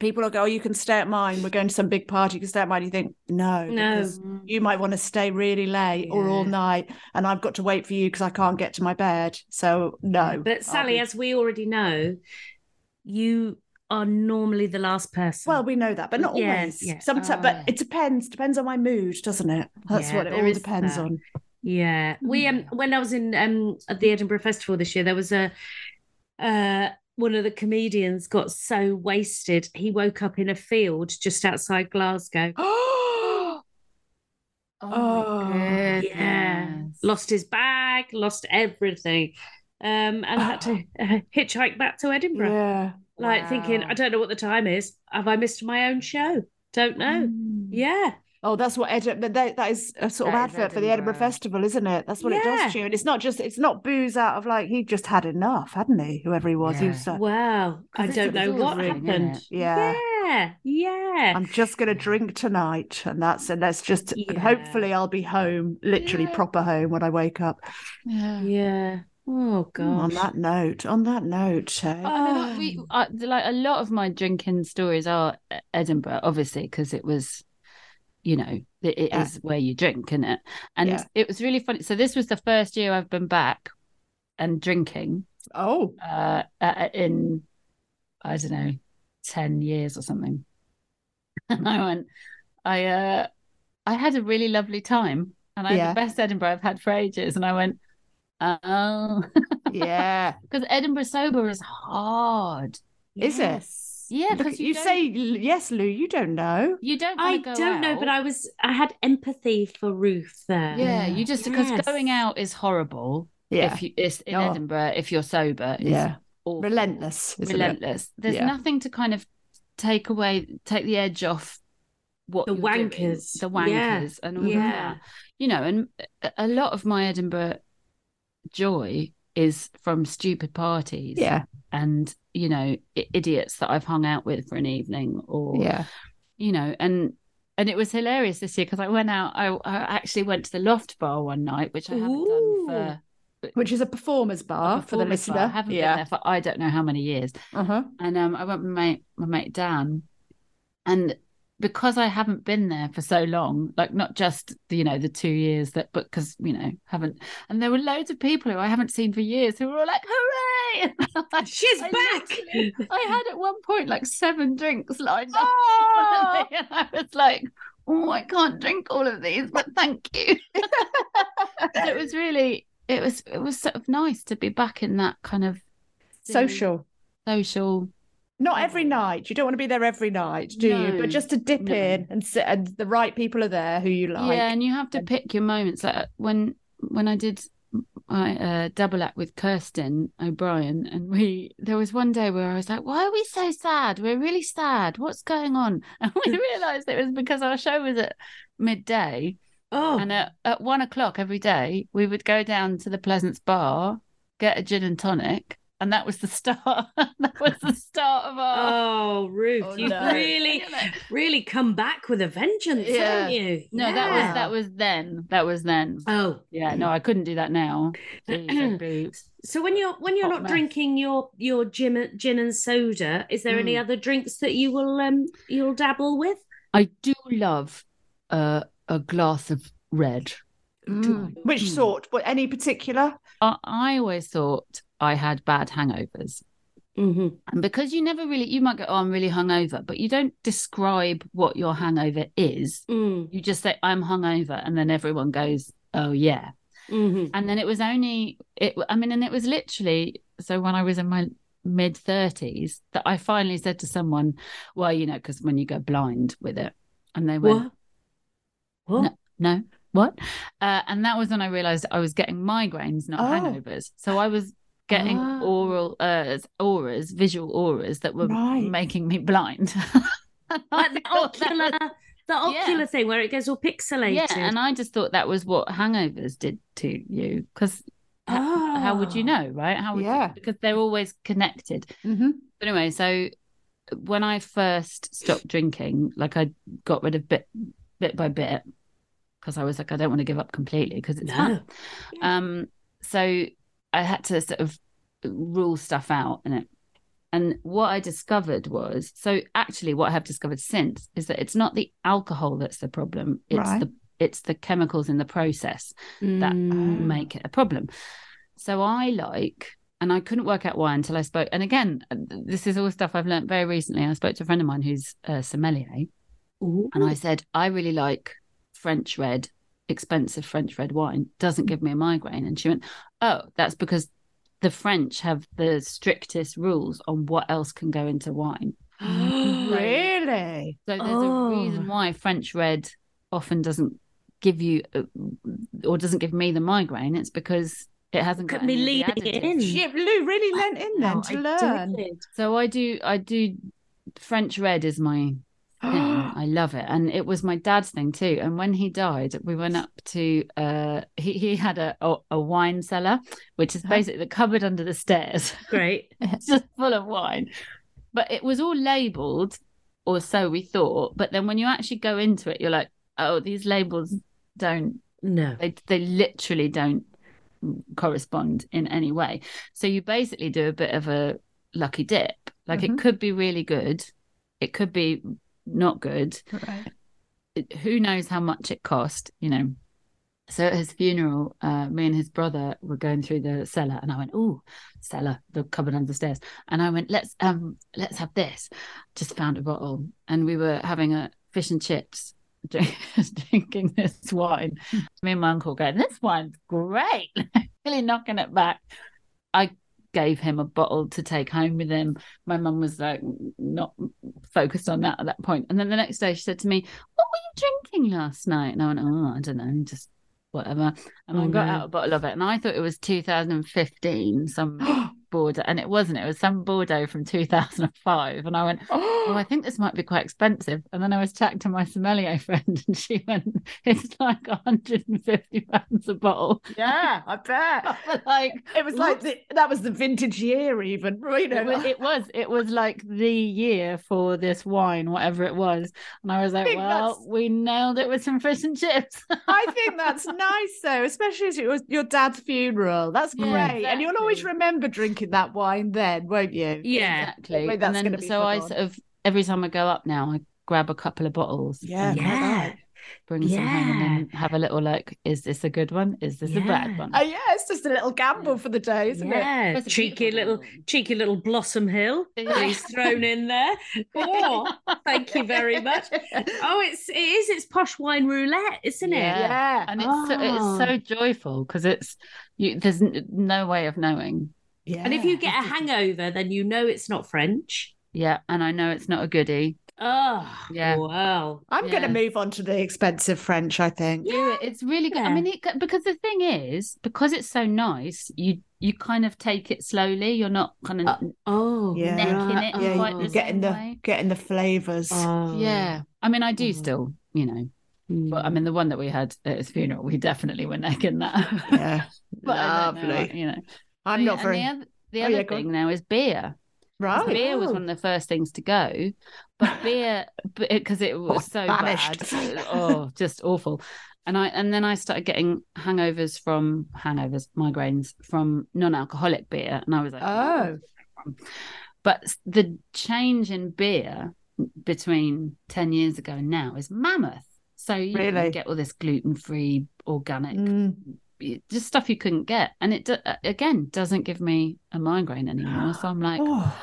Speaker 2: People will go, oh, you can stay at mine. We're going to some big party. You can stay at mine. You think, no,
Speaker 1: No.
Speaker 2: because you might want to stay really late or all
Speaker 1: Yeah.
Speaker 2: night and i've got to wait for you because i can't get to my bed so no
Speaker 1: But Sally,
Speaker 2: I'll be-
Speaker 1: as we already know, you are normally the last person.
Speaker 2: well we know that but not
Speaker 1: Yeah,
Speaker 2: always
Speaker 1: yeah.
Speaker 2: sometimes
Speaker 3: Oh,
Speaker 2: but
Speaker 3: yeah.
Speaker 2: it depends depends on my mood doesn't it that's
Speaker 1: Yeah,
Speaker 2: what it
Speaker 1: there
Speaker 2: all
Speaker 1: is
Speaker 2: depends
Speaker 1: that.
Speaker 2: on
Speaker 1: Yeah,
Speaker 3: Mm-hmm.
Speaker 1: we um when I was in um at the Edinburgh Festival this year, there was a uh one of the comedians got so wasted he woke up in a field just outside Glasgow.
Speaker 2: oh Oh,
Speaker 3: my
Speaker 1: Yeah,
Speaker 3: goodness.
Speaker 1: uh, lost his bag, lost everything, um, and had to uh, hitchhike back to Edinburgh.
Speaker 2: yeah
Speaker 1: Like thinking,
Speaker 3: Wow.
Speaker 1: I don't know what the time is. Have I missed my own show? Don't know.
Speaker 3: Mm.
Speaker 1: Yeah,
Speaker 2: Oh, that's what Ed- but that, that is a sort of
Speaker 3: That is
Speaker 2: advert for the Edinburgh
Speaker 3: Edinburgh.
Speaker 2: Festival, isn't it? That's what it
Speaker 1: Yeah.
Speaker 2: does to you. And it's not just, it's not booze out of like, he just had enough, hadn't he? Whoever he was. He
Speaker 3: Yeah.
Speaker 2: was like,
Speaker 1: wow. I
Speaker 3: It's
Speaker 1: don't
Speaker 3: a
Speaker 1: know
Speaker 3: sort of
Speaker 1: what
Speaker 3: ring, isn't
Speaker 1: happened.
Speaker 3: it?
Speaker 2: yeah.
Speaker 1: yeah, yeah.
Speaker 2: I'm just going to drink tonight, and that's and that's just. And
Speaker 1: Yeah.
Speaker 2: hopefully, I'll be home, literally
Speaker 3: Yeah.
Speaker 2: proper home when I wake up.
Speaker 3: Yeah.
Speaker 1: Yeah. Oh
Speaker 2: On
Speaker 3: Hmm.
Speaker 1: gosh.
Speaker 2: that note, on that note, eh?
Speaker 3: I mean, like,
Speaker 1: Um,
Speaker 3: we, I, like a lot of my drinking stories are E-, Edinburgh, obviously, because it was, you know, it, it is
Speaker 2: Yeah.
Speaker 3: where you drink, is it? And
Speaker 2: Yeah.
Speaker 3: it was really funny. So this was the first year I've been back and drinking
Speaker 2: oh,
Speaker 3: uh, uh, in, I don't know, 10 years or something. And I went, I, uh, I had a really lovely time and I had
Speaker 2: Yeah.
Speaker 3: the best Edinburgh I've had for ages. And I went, oh,
Speaker 2: yeah,
Speaker 3: because Edinburgh sober is hard.
Speaker 2: is it?
Speaker 1: Yes.
Speaker 3: Yeah,
Speaker 2: Look,
Speaker 3: because
Speaker 2: you
Speaker 3: don't-
Speaker 2: say yes, Lou. You don't know.
Speaker 3: You don't.
Speaker 1: I
Speaker 3: wanna go
Speaker 1: don't know, but
Speaker 3: out.
Speaker 1: I was I had empathy for Ruth there.
Speaker 3: Yeah, you just because
Speaker 1: Yes.
Speaker 3: going out is horrible.
Speaker 4: Yeah.
Speaker 3: If you, it's in
Speaker 4: Oh.
Speaker 3: Edinburgh, if you're sober, it's
Speaker 4: yeah.
Speaker 3: awful.
Speaker 4: Relentless. isn't it?
Speaker 3: relentless. There's
Speaker 4: Yeah.
Speaker 3: nothing to kind of take away, take the edge off what
Speaker 1: The
Speaker 3: you're doing,
Speaker 1: wankers.
Speaker 3: the
Speaker 1: Yeah.
Speaker 3: wankers, and all of
Speaker 1: Yeah.
Speaker 3: that. You know, and a- a lot of my Edinburgh joy is from stupid parties,
Speaker 4: Yeah.
Speaker 3: and you know, i- idiots that I've hung out with for an evening, or
Speaker 4: Yeah.
Speaker 3: you know, and. And it was hilarious this year because I went out. I, I actually went to the Loft Bar one night, which I haven't
Speaker 1: Ooh.
Speaker 3: done for
Speaker 4: Which is a performer's bar
Speaker 3: for the listener. I haven't been there for I don't know how many years.
Speaker 4: Uh-huh.
Speaker 3: and um, I went with my my mate Dan, and because I haven't been there for so long, like not just you know the two years that, but because you know haven't, and there were loads of people who I haven't seen for years who were all like, "Hooray!"
Speaker 1: She's
Speaker 3: I
Speaker 1: back.
Speaker 3: literally- I had at one point like seven drinks lined up,
Speaker 2: Oh!
Speaker 3: and I was like, "Oh, I can't drink all of these, but thank you." So it was really, it was, it was sort of nice to be back in that kind of
Speaker 2: Social.
Speaker 3: social
Speaker 2: Not every night. You don't want to be there every night, do you?
Speaker 3: No.
Speaker 2: But just to dip
Speaker 3: No.
Speaker 2: in and sit, and the right people are there who you like.
Speaker 3: yeah and you have to pick your moments like uh, when when i did my uh, double act with kirsten o'brien and we there was one day where i was like why are we so sad we're really sad what's going on and we realized it was because our show was at midday
Speaker 1: Oh,
Speaker 3: and at, at one o'clock every day we would go down to the pleasance bar get a gin and tonic and that was the start that was the start of our
Speaker 1: oh, Ruth,
Speaker 2: Oh,
Speaker 1: you've
Speaker 2: no.
Speaker 1: really, really come back with a vengeance, haven't you?
Speaker 3: no that was that was then that was then
Speaker 1: Oh,
Speaker 3: Yeah, no, I couldn't do that now. Jeez, I'd be-
Speaker 1: so when you're when you're
Speaker 3: Hot
Speaker 1: not
Speaker 3: mess.
Speaker 1: drinking your your gin gin and soda, is there any
Speaker 3: Mm.
Speaker 1: other drinks that you will um you'll dabble with?
Speaker 3: I do love uh, a glass of red.
Speaker 2: Mm.
Speaker 3: Hmm.
Speaker 2: Which sort? What any particular?
Speaker 3: I, I always thought I had bad hangovers.
Speaker 1: Mm-hmm.
Speaker 3: And because you never really, you might go, oh, I'm really hungover, but you don't describe what your hangover is.
Speaker 1: Mm,
Speaker 3: You just say, I'm hungover. And then everyone goes, oh, yeah.
Speaker 1: mm-hmm.
Speaker 3: And then it was only, it. I mean, and it was literally, so when I was in my mid 30s, that I finally said to someone, well, you know, because when you go blind with it, and they went,
Speaker 1: What? What?
Speaker 3: no what uh, and that was when i realized i was getting migraines not
Speaker 2: Oh.
Speaker 3: hangovers so i was getting
Speaker 2: Ah.
Speaker 3: oral uh, auras visual auras that were
Speaker 2: Right.
Speaker 3: making me blind And I
Speaker 1: Like the
Speaker 3: thought that
Speaker 1: ocular,
Speaker 3: was-
Speaker 1: the
Speaker 3: Yeah.
Speaker 1: ocular thing where it goes all pixelated.
Speaker 3: yeah and i just thought that was what hangovers did to you because how would you
Speaker 1: Oh.
Speaker 3: know right how would
Speaker 2: Ah. Yeah.
Speaker 3: you, because they're always connected
Speaker 2: Mm-hmm.
Speaker 3: but anyway, so when I first stopped drinking, like I got rid of bit bit by bit because I was like, I don't want to give up completely because it's
Speaker 1: No.
Speaker 3: fun. Um, so I had to sort of rule stuff out in it. And what I discovered was so actually what I have discovered since is that it's not the alcohol that's the problem. It's
Speaker 2: Right.
Speaker 3: the it's the chemicals in the process that
Speaker 1: Mm.
Speaker 3: make it a problem. So I like, and I couldn't work out why until I spoke. And again, this is all stuff I've learnt very recently. I spoke to a friend of mine who's a sommelier,
Speaker 1: Ooh.
Speaker 3: and I said, I really like French red, expensive French red wine. Doesn't give me a migraine. And she went, Oh, that's because the French have the strictest rules on what else can go into wine.
Speaker 2: Really?
Speaker 3: So there's
Speaker 1: Oh.
Speaker 3: a reason why French red often doesn't give you uh, or doesn't give me the migraine. It's because it hasn't
Speaker 1: Look
Speaker 3: got
Speaker 1: at me
Speaker 3: any of the
Speaker 1: leading it
Speaker 3: additives.
Speaker 1: in.
Speaker 2: Shit, Lou really lent in then
Speaker 3: Wow,
Speaker 2: to
Speaker 3: Hmm. I
Speaker 2: learn.
Speaker 3: So I do, I do. French red is my thing. I love it, and it was my dad's thing too. And when he died, we went up to uh, he he had a a, a wine cellar, which is
Speaker 2: Uh-huh.
Speaker 3: basically the cupboard under the stairs.
Speaker 1: Great.
Speaker 3: it's just full of wine. But it was all labeled, or so we thought. But then when you actually go into it, you're like, oh, these labels don't,
Speaker 1: No.
Speaker 3: they, they literally don't correspond in any way. So you basically do a bit of a lucky dip. Like
Speaker 2: Mhm.
Speaker 3: it could be really good, it could be not good.
Speaker 2: Right.
Speaker 3: It- who knows how much it cost, you know. So at his funeral, uh, me and his brother were going through the cellar, and I went, "Oh, cellar, the cupboard under the stairs," and I went, "Let's um, let's have this." Just found a bottle, and we were having a fish and chips, drink, drinking this wine. Me and my uncle going, "This wine's great," really knocking it back. I gave him a bottle to take home with him. My mum was like, not focused on that at that point, and then the next day she said to me, what were you drinking last night? And I went, oh, I don't know, just whatever. And I
Speaker 1: Oh,
Speaker 3: got
Speaker 1: no.
Speaker 3: out a bottle of it, and I thought it was 2015, some Bordeaux, and it wasn't. It was some Bordeaux from 2005, and I went. Oh, I think this might be quite expensive. And then I was chatting to my sommelier friend, and she went, "It's like 150 pounds a bottle."
Speaker 2: yeah, I bet.
Speaker 3: like
Speaker 2: It was like the, that was the vintage year, even. You know,
Speaker 3: it was, it was it was like the year for this wine, whatever it was. And I was like,
Speaker 2: think
Speaker 3: well,
Speaker 2: that's-
Speaker 3: we nailed it with some fish and chips.
Speaker 2: I think that's nice though, especially as it was your dad's funeral. That's
Speaker 3: Yeah,
Speaker 2: great, and you'll always
Speaker 3: exactly.
Speaker 2: remember drinking that wine then, won't you?
Speaker 1: Yeah.
Speaker 3: exactly.
Speaker 2: Wait,
Speaker 3: And
Speaker 2: that's
Speaker 3: then
Speaker 2: gonna be
Speaker 3: so I
Speaker 2: fun.
Speaker 3: sort of every time I go up now, I grab a couple of bottles.
Speaker 2: Yeah,
Speaker 3: and
Speaker 1: Yeah.
Speaker 3: bring some home and
Speaker 1: Yeah.
Speaker 3: then have a little like, is this a good one? Is this a
Speaker 1: Yeah.
Speaker 3: bad one?
Speaker 2: Oh yeah, it's just a little gamble for the day, isn't it?
Speaker 1: Yeah.
Speaker 3: That's a
Speaker 1: Cheeky
Speaker 3: beautiful
Speaker 1: little
Speaker 3: one.
Speaker 1: cheeky little Blossom Hill
Speaker 3: Yeah.
Speaker 1: that he's thrown in there. Oh, thank you very much. Oh, it's it is it's posh wine roulette, isn't it?
Speaker 3: Yeah.
Speaker 2: Yeah,
Speaker 3: And it's so,
Speaker 1: Oh.
Speaker 3: it's so
Speaker 2: Ah.
Speaker 3: joyful because it's you, there's n- no way of knowing.
Speaker 2: yeah.
Speaker 1: And if you get a hangover, then you know it's not French.
Speaker 3: Yeah, and I know it's not a goodie.
Speaker 1: Oh,
Speaker 3: Yeah.
Speaker 1: wow.
Speaker 2: I'm going
Speaker 3: Yeah.
Speaker 2: to move on to the expensive French, I think.
Speaker 3: do it. It's really good. I
Speaker 1: Yeah.
Speaker 3: mean, it, because the thing is, because it's so nice, you you kind of take it slowly. You're not kind of
Speaker 1: Oh,
Speaker 2: Yeah.
Speaker 3: necking
Speaker 1: right.
Speaker 3: it
Speaker 1: Oh.
Speaker 3: in quite the
Speaker 2: you're getting
Speaker 3: same
Speaker 2: the
Speaker 3: way.
Speaker 2: getting the flavors.
Speaker 1: Oh.
Speaker 3: yeah. I mean, I do
Speaker 1: Mm.
Speaker 3: still, you know,
Speaker 1: Mm.
Speaker 3: but I mean, the one that we had at his funeral, we definitely were necking that.
Speaker 2: yeah,
Speaker 3: But I don't know,
Speaker 2: lovely.
Speaker 3: you know,
Speaker 2: I'm
Speaker 3: So,
Speaker 2: not
Speaker 3: yeah,
Speaker 2: very
Speaker 3: And the other, the
Speaker 2: Oh,
Speaker 3: other
Speaker 2: yeah, go on.
Speaker 3: thing now is beer.
Speaker 2: right.
Speaker 3: 'Cause beer was one of the first things to go, but beer because it was so
Speaker 2: banished.
Speaker 3: bad, oh, just awful. And I and then I started getting hangovers from hangovers, migraines from non-alcoholic beer, and I was like,
Speaker 2: Oh.
Speaker 3: But s- the change in beer between ten years ago and now is mammoth. So you can
Speaker 2: Really?
Speaker 3: get all this gluten-free, organic,
Speaker 2: Mm.
Speaker 3: just stuff you couldn't get, and it do- again doesn't give me a migraine anymore. So I'm like.
Speaker 2: Oh,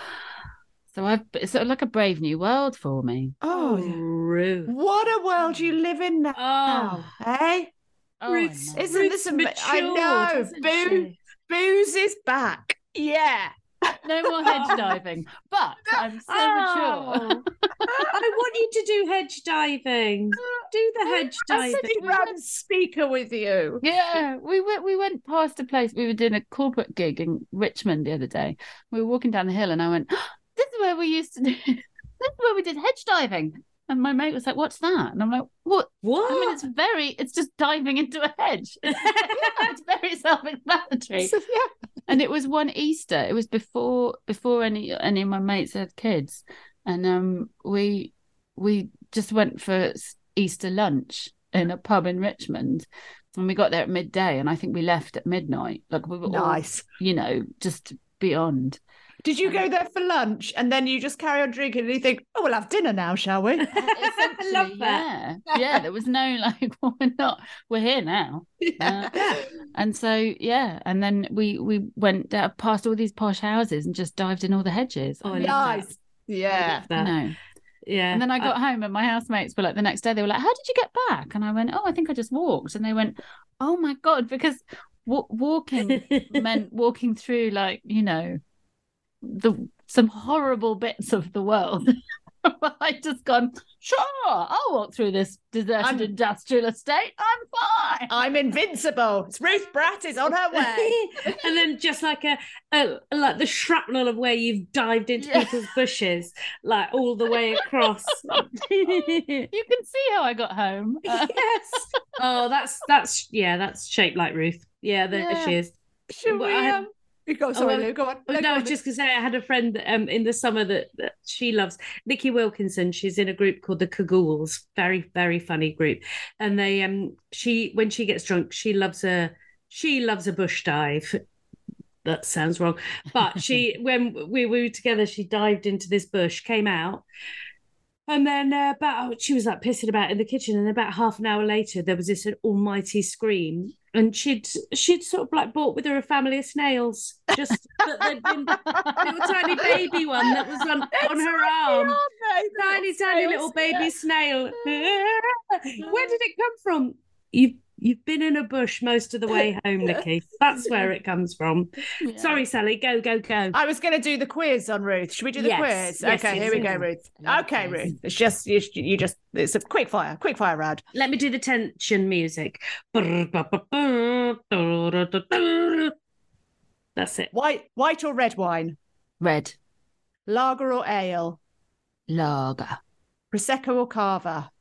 Speaker 3: So I've it's sort of like a brave new world for me.
Speaker 2: oh, yeah.
Speaker 1: Ruth.
Speaker 2: what a world you live in now,
Speaker 1: Oh,
Speaker 2: eh?
Speaker 3: Oh,
Speaker 1: Ruth's-
Speaker 2: Isn't
Speaker 1: Ruth's
Speaker 2: this ama- I
Speaker 1: matured,
Speaker 2: know.
Speaker 1: isn't
Speaker 2: Boo.
Speaker 1: she?
Speaker 2: Booze is back. Yeah.
Speaker 3: no more hedge diving, but I'm so mature.
Speaker 1: Oh. I want you to do hedge diving. Do the hedge
Speaker 2: I'm
Speaker 1: diving.
Speaker 2: sitting round a speaker with you.
Speaker 3: Yeah, we went we went past a place. We were doing a corporate gig in Richmond the other day. We were walking down the hill, and I went, "This is where we used to do. this is where we did hedge diving." And my mate was like, "What's that?" And I'm like, "What?
Speaker 1: What?
Speaker 3: I mean, it's very. It's just diving into a hedge. it's very self-explanatory."
Speaker 2: So, yeah.
Speaker 3: and it was one Easter. It was before before any any of my mates had kids, and um, we we just went for s- Easter lunch in a pub in Richmond, and we got there at midday, and I think we left at midnight. Like we were
Speaker 2: Nice.
Speaker 3: all, you know, just beyond.
Speaker 2: Did you go there for lunch and then you just carry on drinking and you think, oh, we'll have dinner now, shall we?
Speaker 1: I love
Speaker 3: Essentially,
Speaker 1: that.
Speaker 3: Yeah, yeah. There was no like, well, we're not. We're here now. Yeah. And so yeah, and then we we went down past all these posh houses and just dived in all the hedges.
Speaker 1: Oh, I love that.
Speaker 2: nice. Yeah.
Speaker 1: that.
Speaker 3: No.
Speaker 1: Yeah.
Speaker 3: And then I got home, and my housemates were like, the next day, they were like, How did you get back? And I went, Oh, I think I just walked. And they went, Oh my God, because w- walking meant walking through, like, you know, the some horrible bits of the world. I just gone, Sure, I'll walk through this deserted
Speaker 2: I'm-
Speaker 3: industrial estate. I'm fine.
Speaker 2: I'm invincible. It's Ruth Bratt is on her way.
Speaker 1: and then just like a, a like the shrapnel of where you've dived into
Speaker 3: Yeah.
Speaker 1: people's bushes, like all the way across. yes.
Speaker 3: You can see how I got home. Uh,
Speaker 1: Oh, that's that's yeah, that's shaped like Ruth. Yeah, there
Speaker 3: Yeah.
Speaker 1: she is.
Speaker 2: Should
Speaker 1: Well,
Speaker 2: we?
Speaker 1: I had-
Speaker 2: um... you Go, sorry,
Speaker 1: well,
Speaker 2: Lou, go on.
Speaker 1: Oh, no, I was just gonna say I had a friend um in the summer that, that she loves Nikki Wilkinson. She's in a group called the Cagools, very very funny group, and they um she when she gets drunk she loves a she loves a bush dive. That sounds wrong, but she when we were together she dived into this bush, came out. And then uh, about she was like pissing about in the kitchen, and about half an hour later there was this almighty scream, and she'd she'd sort of like brought with her a family of snails, just that they'd been little tiny baby one that was on, on her arm. Tiny, tiny little baby snail. Where did it come from? You You've been in a bush most of the way home, Nikki. That's where it comes from.
Speaker 3: Yeah.
Speaker 1: Sorry, Sally. Go, go, go.
Speaker 2: I was going to do the quiz on Ruth. Should we do the
Speaker 1: Yes.
Speaker 2: quiz?
Speaker 1: Yes,
Speaker 2: okay,
Speaker 1: yes,
Speaker 2: here we
Speaker 1: yes.
Speaker 2: go, Ruth.
Speaker 3: I love
Speaker 2: Okay,
Speaker 3: quiz.
Speaker 2: Ruth. It's just you, you just it's a quick fire, quick fire round.
Speaker 1: Let me do the tension music. That's it.
Speaker 2: White, white or red wine,
Speaker 3: Red
Speaker 2: lager or ale,
Speaker 3: lager,
Speaker 2: prosecco or cava,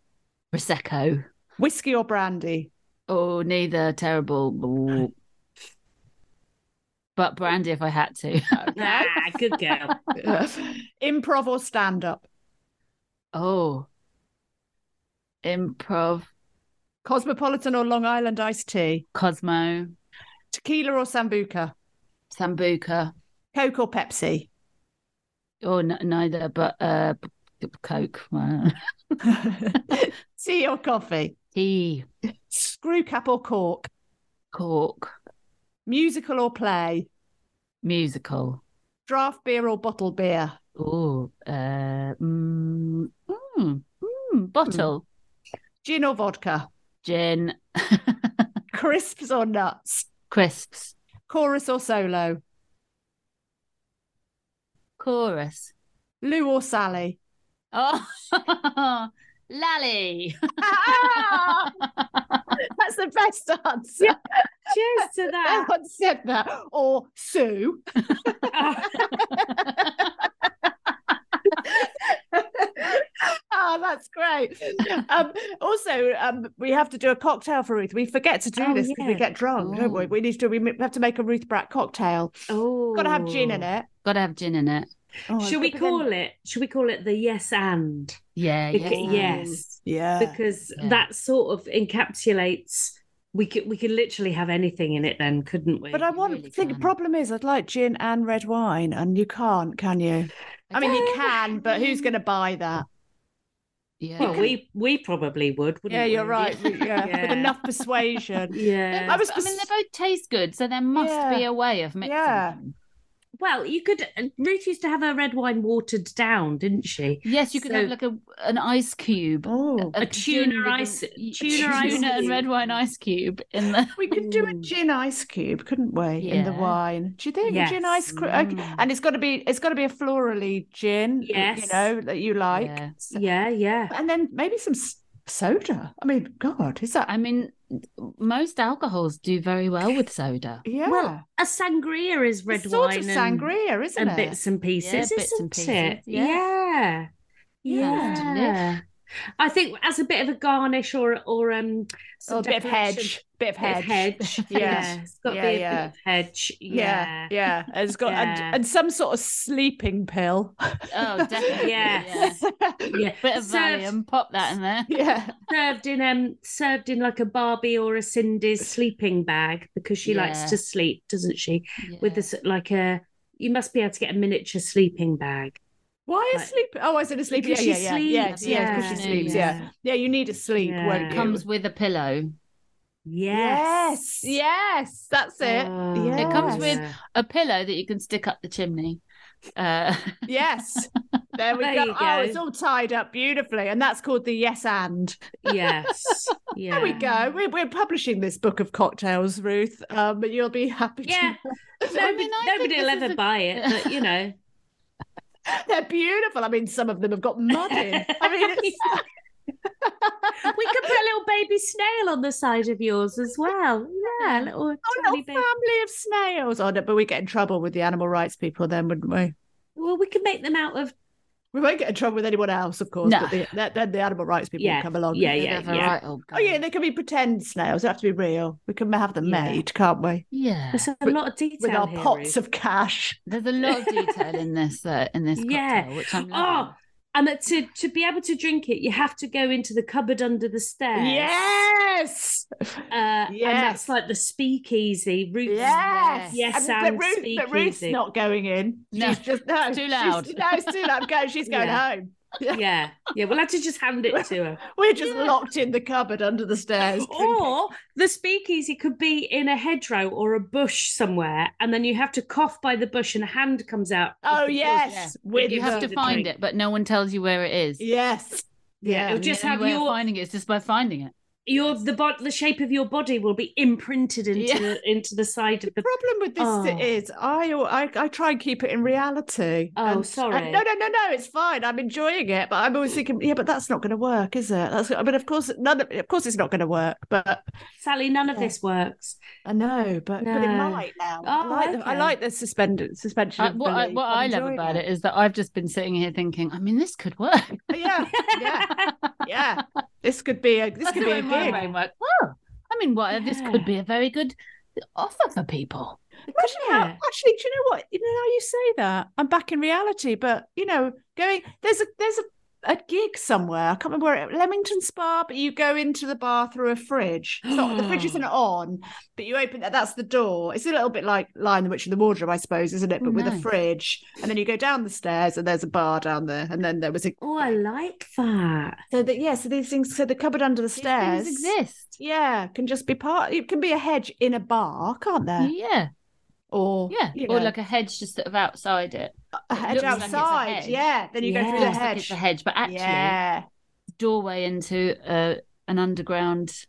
Speaker 3: prosecco.
Speaker 2: whiskey or brandy.
Speaker 3: Oh, neither terrible. Ooh. But brandy, if I had to.
Speaker 1: Ah, good girl.
Speaker 2: Improv or stand up,
Speaker 3: oh, improv,
Speaker 2: cosmopolitan or Long Island iced tea,
Speaker 3: Cosmo,
Speaker 2: tequila or sambuca,
Speaker 3: Sambuca.
Speaker 2: Coke or Pepsi.
Speaker 3: Oh, n- neither, but uh, p- p- Coke, Wow.
Speaker 2: Tea or coffee,
Speaker 3: tea,
Speaker 2: screw cap or cork,
Speaker 3: cork,
Speaker 2: musical or play,
Speaker 3: musical.
Speaker 2: draft beer or bottled beer,
Speaker 3: Oh, uh, mm, mm, mm, bottle,
Speaker 2: gin or vodka,
Speaker 3: gin,
Speaker 2: crisps or nuts,
Speaker 3: crisps,
Speaker 2: chorus or solo,
Speaker 3: chorus.
Speaker 2: Lou or Sally.
Speaker 3: Oh, lally.
Speaker 2: Ah, That's the best answer.
Speaker 1: Cheers to
Speaker 2: No
Speaker 1: that.
Speaker 2: one said that. Or Sue.
Speaker 1: Ah,
Speaker 2: oh, that's great. Um, also, um, we have to do a cocktail for Ruth. We forget to do
Speaker 1: Oh,
Speaker 2: this because we
Speaker 1: yeah.
Speaker 2: get drunk, don't we?
Speaker 3: Oh.
Speaker 2: We need to. do- We m- have to make a Ruth Bratt cocktail.
Speaker 1: oh,
Speaker 2: Got to have gin in it.
Speaker 3: Got to have gin in it.
Speaker 2: Oh,
Speaker 1: Should we
Speaker 2: but then-
Speaker 1: call it? Should we call it the yes and?
Speaker 3: Yeah,
Speaker 1: Beca-
Speaker 3: yes.
Speaker 1: yes.
Speaker 2: Yeah.
Speaker 1: because
Speaker 3: Yeah.
Speaker 1: that sort of encapsulates we could we could literally have anything in it then couldn't we
Speaker 2: But I
Speaker 3: You
Speaker 2: want.
Speaker 3: really
Speaker 2: think the
Speaker 3: can.
Speaker 2: problem is, I'd like gin and red wine, and you can't, can you? I mean, you
Speaker 1: don't
Speaker 2: can, but who's going to buy that?
Speaker 3: Yeah.
Speaker 1: well we we probably would wouldn't
Speaker 2: Yeah, you're
Speaker 1: we?
Speaker 2: right.
Speaker 3: Yeah.
Speaker 2: Yeah, with
Speaker 1: Yeah.
Speaker 2: enough persuasion.
Speaker 1: yeah
Speaker 2: I was.
Speaker 3: I mean,
Speaker 2: pers-
Speaker 3: they both taste good, so there must
Speaker 2: Yeah.
Speaker 3: be a way of mixing
Speaker 2: Yeah.
Speaker 3: them.
Speaker 1: well you could ruth used to have her red wine watered down didn't she
Speaker 3: Yes, you could have
Speaker 1: So-
Speaker 3: like a, an ice cube.
Speaker 2: Oh,
Speaker 1: A tuna
Speaker 3: gin with
Speaker 1: ice-
Speaker 3: y-
Speaker 1: tuna ice
Speaker 3: tuna and
Speaker 1: cube.
Speaker 3: red wine ice cube in the
Speaker 2: we could do a
Speaker 1: Ooh.
Speaker 2: gin ice cube, couldn't we? In the
Speaker 3: Yeah.
Speaker 2: wine. Do you think a gin ice
Speaker 1: Yes.
Speaker 2: cube? Okay.
Speaker 3: Mm.
Speaker 2: And it's got to be. It's got to be a florally gin. You
Speaker 1: Yes.
Speaker 2: know that you like.
Speaker 3: Yeah.
Speaker 2: So-
Speaker 1: yeah yeah
Speaker 2: And then maybe some s- soda. I mean, God, is that?
Speaker 3: I mean, most alcohols do very well with soda.
Speaker 2: yeah.
Speaker 1: well, a sangria is red
Speaker 2: it's
Speaker 1: wine
Speaker 2: sort of
Speaker 1: and-
Speaker 2: sangria, isn't
Speaker 1: and,
Speaker 2: it?
Speaker 1: bits and pieces
Speaker 3: Yeah, bits
Speaker 1: isn't
Speaker 3: and pieces,
Speaker 1: it
Speaker 3: yeah.
Speaker 1: yeah
Speaker 3: Yeah.
Speaker 1: yeah, I think as a bit of a garnish or or um
Speaker 2: Or
Speaker 1: some
Speaker 2: a bit of
Speaker 1: decoration.
Speaker 2: hedge. Bit of
Speaker 1: Bit of
Speaker 2: hedge.
Speaker 1: hedge.
Speaker 2: Yeah.
Speaker 1: Yeah, it's got to
Speaker 2: Yeah,
Speaker 1: be a
Speaker 2: yeah.
Speaker 1: bit of hedge.
Speaker 2: Yeah,
Speaker 1: Yeah.
Speaker 2: yeah, And it's got
Speaker 1: Yeah.
Speaker 2: and, and some sort of sleeping pill.
Speaker 3: Oh, definitely.
Speaker 1: Yes. Yeah.
Speaker 3: Bit of
Speaker 1: served,
Speaker 3: Valium, pop that in there.
Speaker 2: yeah.
Speaker 1: served in um served in like a Barbie or a Cindy's sleeping bag because she
Speaker 3: Yeah.
Speaker 1: likes to sleep, doesn't she? With
Speaker 3: Yeah.
Speaker 1: this like a you must be able to get a miniature sleeping bag.
Speaker 2: Why is
Speaker 1: Like-
Speaker 2: sleep? Oh, I said a sleep. Yeah,
Speaker 1: Because
Speaker 2: yeah,
Speaker 1: she
Speaker 2: yeah, yeah,
Speaker 1: sleeps,
Speaker 2: yeah. Because she
Speaker 3: yeah.
Speaker 2: sleeps. Yeah,
Speaker 1: Yeah.
Speaker 2: yeah. You need a sleep,
Speaker 1: Yeah.
Speaker 2: won't you?
Speaker 3: comes with a pillow.
Speaker 1: Yes.
Speaker 2: yes, yes, That's it.
Speaker 1: Oh,
Speaker 3: It comes
Speaker 2: Yes.
Speaker 3: with a pillow that you can stick up the chimney. Uh,
Speaker 2: Yes. There we
Speaker 1: There
Speaker 2: go.
Speaker 1: you
Speaker 2: Oh,
Speaker 1: go.
Speaker 2: it's all tied up beautifully, and that's called the yes and.
Speaker 1: Yes. Yeah.
Speaker 2: There we go. We're, we're publishing this book of cocktails, Ruth. Um, but you'll be happy.
Speaker 1: Yeah.
Speaker 2: To...
Speaker 1: Nobody,
Speaker 3: mean, I think
Speaker 1: nobody will
Speaker 3: this is
Speaker 1: ever
Speaker 3: a-
Speaker 1: buy it, but you know.
Speaker 2: They're beautiful. I mean, some of them have got mud in. I mean, it's...
Speaker 1: We could put a little baby snail on the side of yours as well. Yeah, a little
Speaker 2: Oh, a
Speaker 1: tiny
Speaker 2: little
Speaker 1: baby.
Speaker 2: family of snails. Oh, no, but we get in trouble with the animal rights people, then, wouldn't we?
Speaker 1: Well, we could make them out of
Speaker 2: We won't get in trouble with anyone else, of course.
Speaker 3: No.
Speaker 2: But the, that, then the animal rights people
Speaker 1: Yeah.
Speaker 2: come along.
Speaker 1: Yeah,
Speaker 3: bit
Speaker 1: yeah,
Speaker 3: of a
Speaker 1: yeah.
Speaker 3: Right old
Speaker 2: Oh, yeah,
Speaker 3: guy.
Speaker 2: they can be pretend snails. They have to be real. We can have them
Speaker 1: Yeah.
Speaker 2: made, can't we?
Speaker 3: yeah.
Speaker 1: there's a
Speaker 2: With-
Speaker 1: lot of detail
Speaker 2: With our
Speaker 1: here, Ruth.
Speaker 2: pots of cash.
Speaker 3: There's a lot of detail in this uh, in this cocktail,
Speaker 1: Yeah.
Speaker 3: which I'm loving.
Speaker 1: Oh, and that to to be able to drink it, you have to go into the cupboard under the stairs.
Speaker 2: Yes.
Speaker 1: uh, and
Speaker 2: Yes.
Speaker 1: that's like the speakeasy. Ruth's
Speaker 2: Yes.
Speaker 1: Yes,
Speaker 2: I mean,
Speaker 1: and
Speaker 2: but, Ruth, but Ruth's
Speaker 1: speakeasy.
Speaker 2: not going in.
Speaker 3: No,
Speaker 2: She's just no.
Speaker 3: it's too
Speaker 2: she's-
Speaker 3: loud.
Speaker 2: no, it's too loud. I'm going. She's going
Speaker 1: Yeah.
Speaker 2: home.
Speaker 1: yeah, yeah. We'll have to just hand it to her.
Speaker 2: We're just locked in the cupboard under the stairs.
Speaker 1: Or the speakeasy could be in a hedgerow or a bush somewhere, and then you have to cough by the bush, and a hand comes out. of
Speaker 2: oh
Speaker 1: the bush.
Speaker 2: yes,
Speaker 3: yeah.
Speaker 2: with
Speaker 3: you have
Speaker 2: the-
Speaker 3: to
Speaker 1: the
Speaker 3: find
Speaker 1: drink.
Speaker 3: it, but no one tells you where it is.
Speaker 2: Yes.
Speaker 1: Yeah,
Speaker 2: Yeah.
Speaker 1: it'll just
Speaker 3: the only
Speaker 1: have
Speaker 3: way of
Speaker 1: your
Speaker 3: finding it is just by finding it.
Speaker 1: your the bod the shape of your body will be imprinted into
Speaker 3: Yeah.
Speaker 1: the into the side of the
Speaker 2: problem with this
Speaker 1: Oh.
Speaker 2: is I, I I try and keep it in reality.
Speaker 1: Oh,
Speaker 2: And- and
Speaker 1: sorry.
Speaker 2: no, no, no, no. It's fine. I'm enjoying it, but I'm always thinking, yeah, but that's not going to work, is it? That's. I mean, of course, none. Of, of course, it's not going to work. But
Speaker 1: Sally, none of
Speaker 2: Yeah.
Speaker 1: this works.
Speaker 2: I know, but but it
Speaker 1: No.
Speaker 2: might now. I
Speaker 1: Oh,
Speaker 2: like the, I
Speaker 1: okay.
Speaker 2: like the suspended suspension.
Speaker 3: I-
Speaker 2: of
Speaker 3: Uh, what I,
Speaker 2: belief.
Speaker 3: what
Speaker 2: I'm
Speaker 3: I love
Speaker 2: enjoying
Speaker 3: about it is that I've just been sitting here thinking, I mean, this could work.
Speaker 2: yeah, yeah, yeah. This could be a this
Speaker 3: That's
Speaker 2: could be
Speaker 3: the
Speaker 2: a
Speaker 3: way my
Speaker 2: gig.
Speaker 3: brain works. Oh, I mean, what this
Speaker 1: Yeah.
Speaker 3: could be a very good offer for people.
Speaker 2: Imagine how,
Speaker 1: Yeah.
Speaker 2: actually, do you know what? You know how you say that. I'm back in reality, but you know, going there's a there's a, a gig somewhere. I can't remember where it, Leamington Spa, but you go into the bar through a fridge. It's not, the fridge isn't on, but you open that. That's the door. It's a little bit like Lion the Witch and the Wardrobe, I suppose, isn't it? But with a
Speaker 3: Oh, Nice.
Speaker 2: fridge, and then you go down the stairs, and there's a bar down there, and then there was a
Speaker 1: Oh, I like that.
Speaker 2: so that yeah. So these things. So the cupboard under the
Speaker 3: These
Speaker 2: stairs
Speaker 3: things exist.
Speaker 2: Yeah, can just be part. It can be a hedge in a bar, can't there?
Speaker 3: Yeah,
Speaker 2: Or
Speaker 3: Mm. yeah,
Speaker 2: you
Speaker 3: or
Speaker 2: know.
Speaker 3: like a hedge just sort of outside it.
Speaker 2: a
Speaker 3: It
Speaker 2: hedge
Speaker 3: looks like it's a
Speaker 2: outside.
Speaker 3: hedge.
Speaker 2: Yeah. Then you go through
Speaker 1: Yeah.
Speaker 2: the
Speaker 3: Looks like
Speaker 2: hedge.
Speaker 3: it's a hedge, but actually,
Speaker 2: Yeah.
Speaker 3: doorway into uh, an underground bar.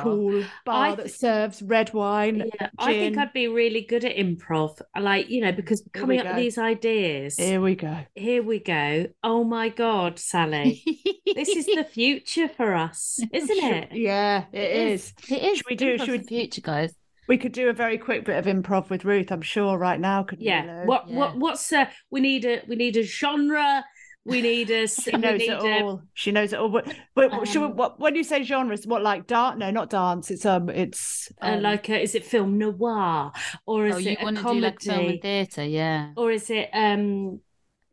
Speaker 2: Cool bar
Speaker 1: I
Speaker 2: that
Speaker 1: th-
Speaker 2: serves red wine.
Speaker 1: Yeah, I think
Speaker 2: gin.
Speaker 1: I'd be really good at improv. Like, you know, because
Speaker 2: we
Speaker 1: coming up with
Speaker 2: go.
Speaker 1: these ideas.
Speaker 2: Here we go.
Speaker 1: Here we go. Oh my God, Sally. this is the future for us, isn't it?
Speaker 2: Yeah, it is.
Speaker 3: It is.
Speaker 2: Should we do-
Speaker 3: Improv's
Speaker 2: should we-
Speaker 3: the future, guys?
Speaker 2: We could do a very quick bit of improv with Ruth, I'm sure, right now, couldn't we?
Speaker 1: Yeah.
Speaker 2: Lou?
Speaker 1: What
Speaker 3: Yeah.
Speaker 1: what what's uh, we need a we need a genre. We need a s-
Speaker 2: She
Speaker 1: we
Speaker 2: knows
Speaker 1: need um,
Speaker 2: it
Speaker 1: a
Speaker 2: all. She knows it all. But, but should we,
Speaker 3: Um,
Speaker 2: what, when you say genres, what like dance? No, not dance. It's um, it's
Speaker 1: uh,
Speaker 2: um,
Speaker 1: like a, is it film noir or is
Speaker 3: oh, you
Speaker 1: it a
Speaker 3: want to do like film
Speaker 1: comedy
Speaker 3: and theatre? Yeah.
Speaker 1: or is it um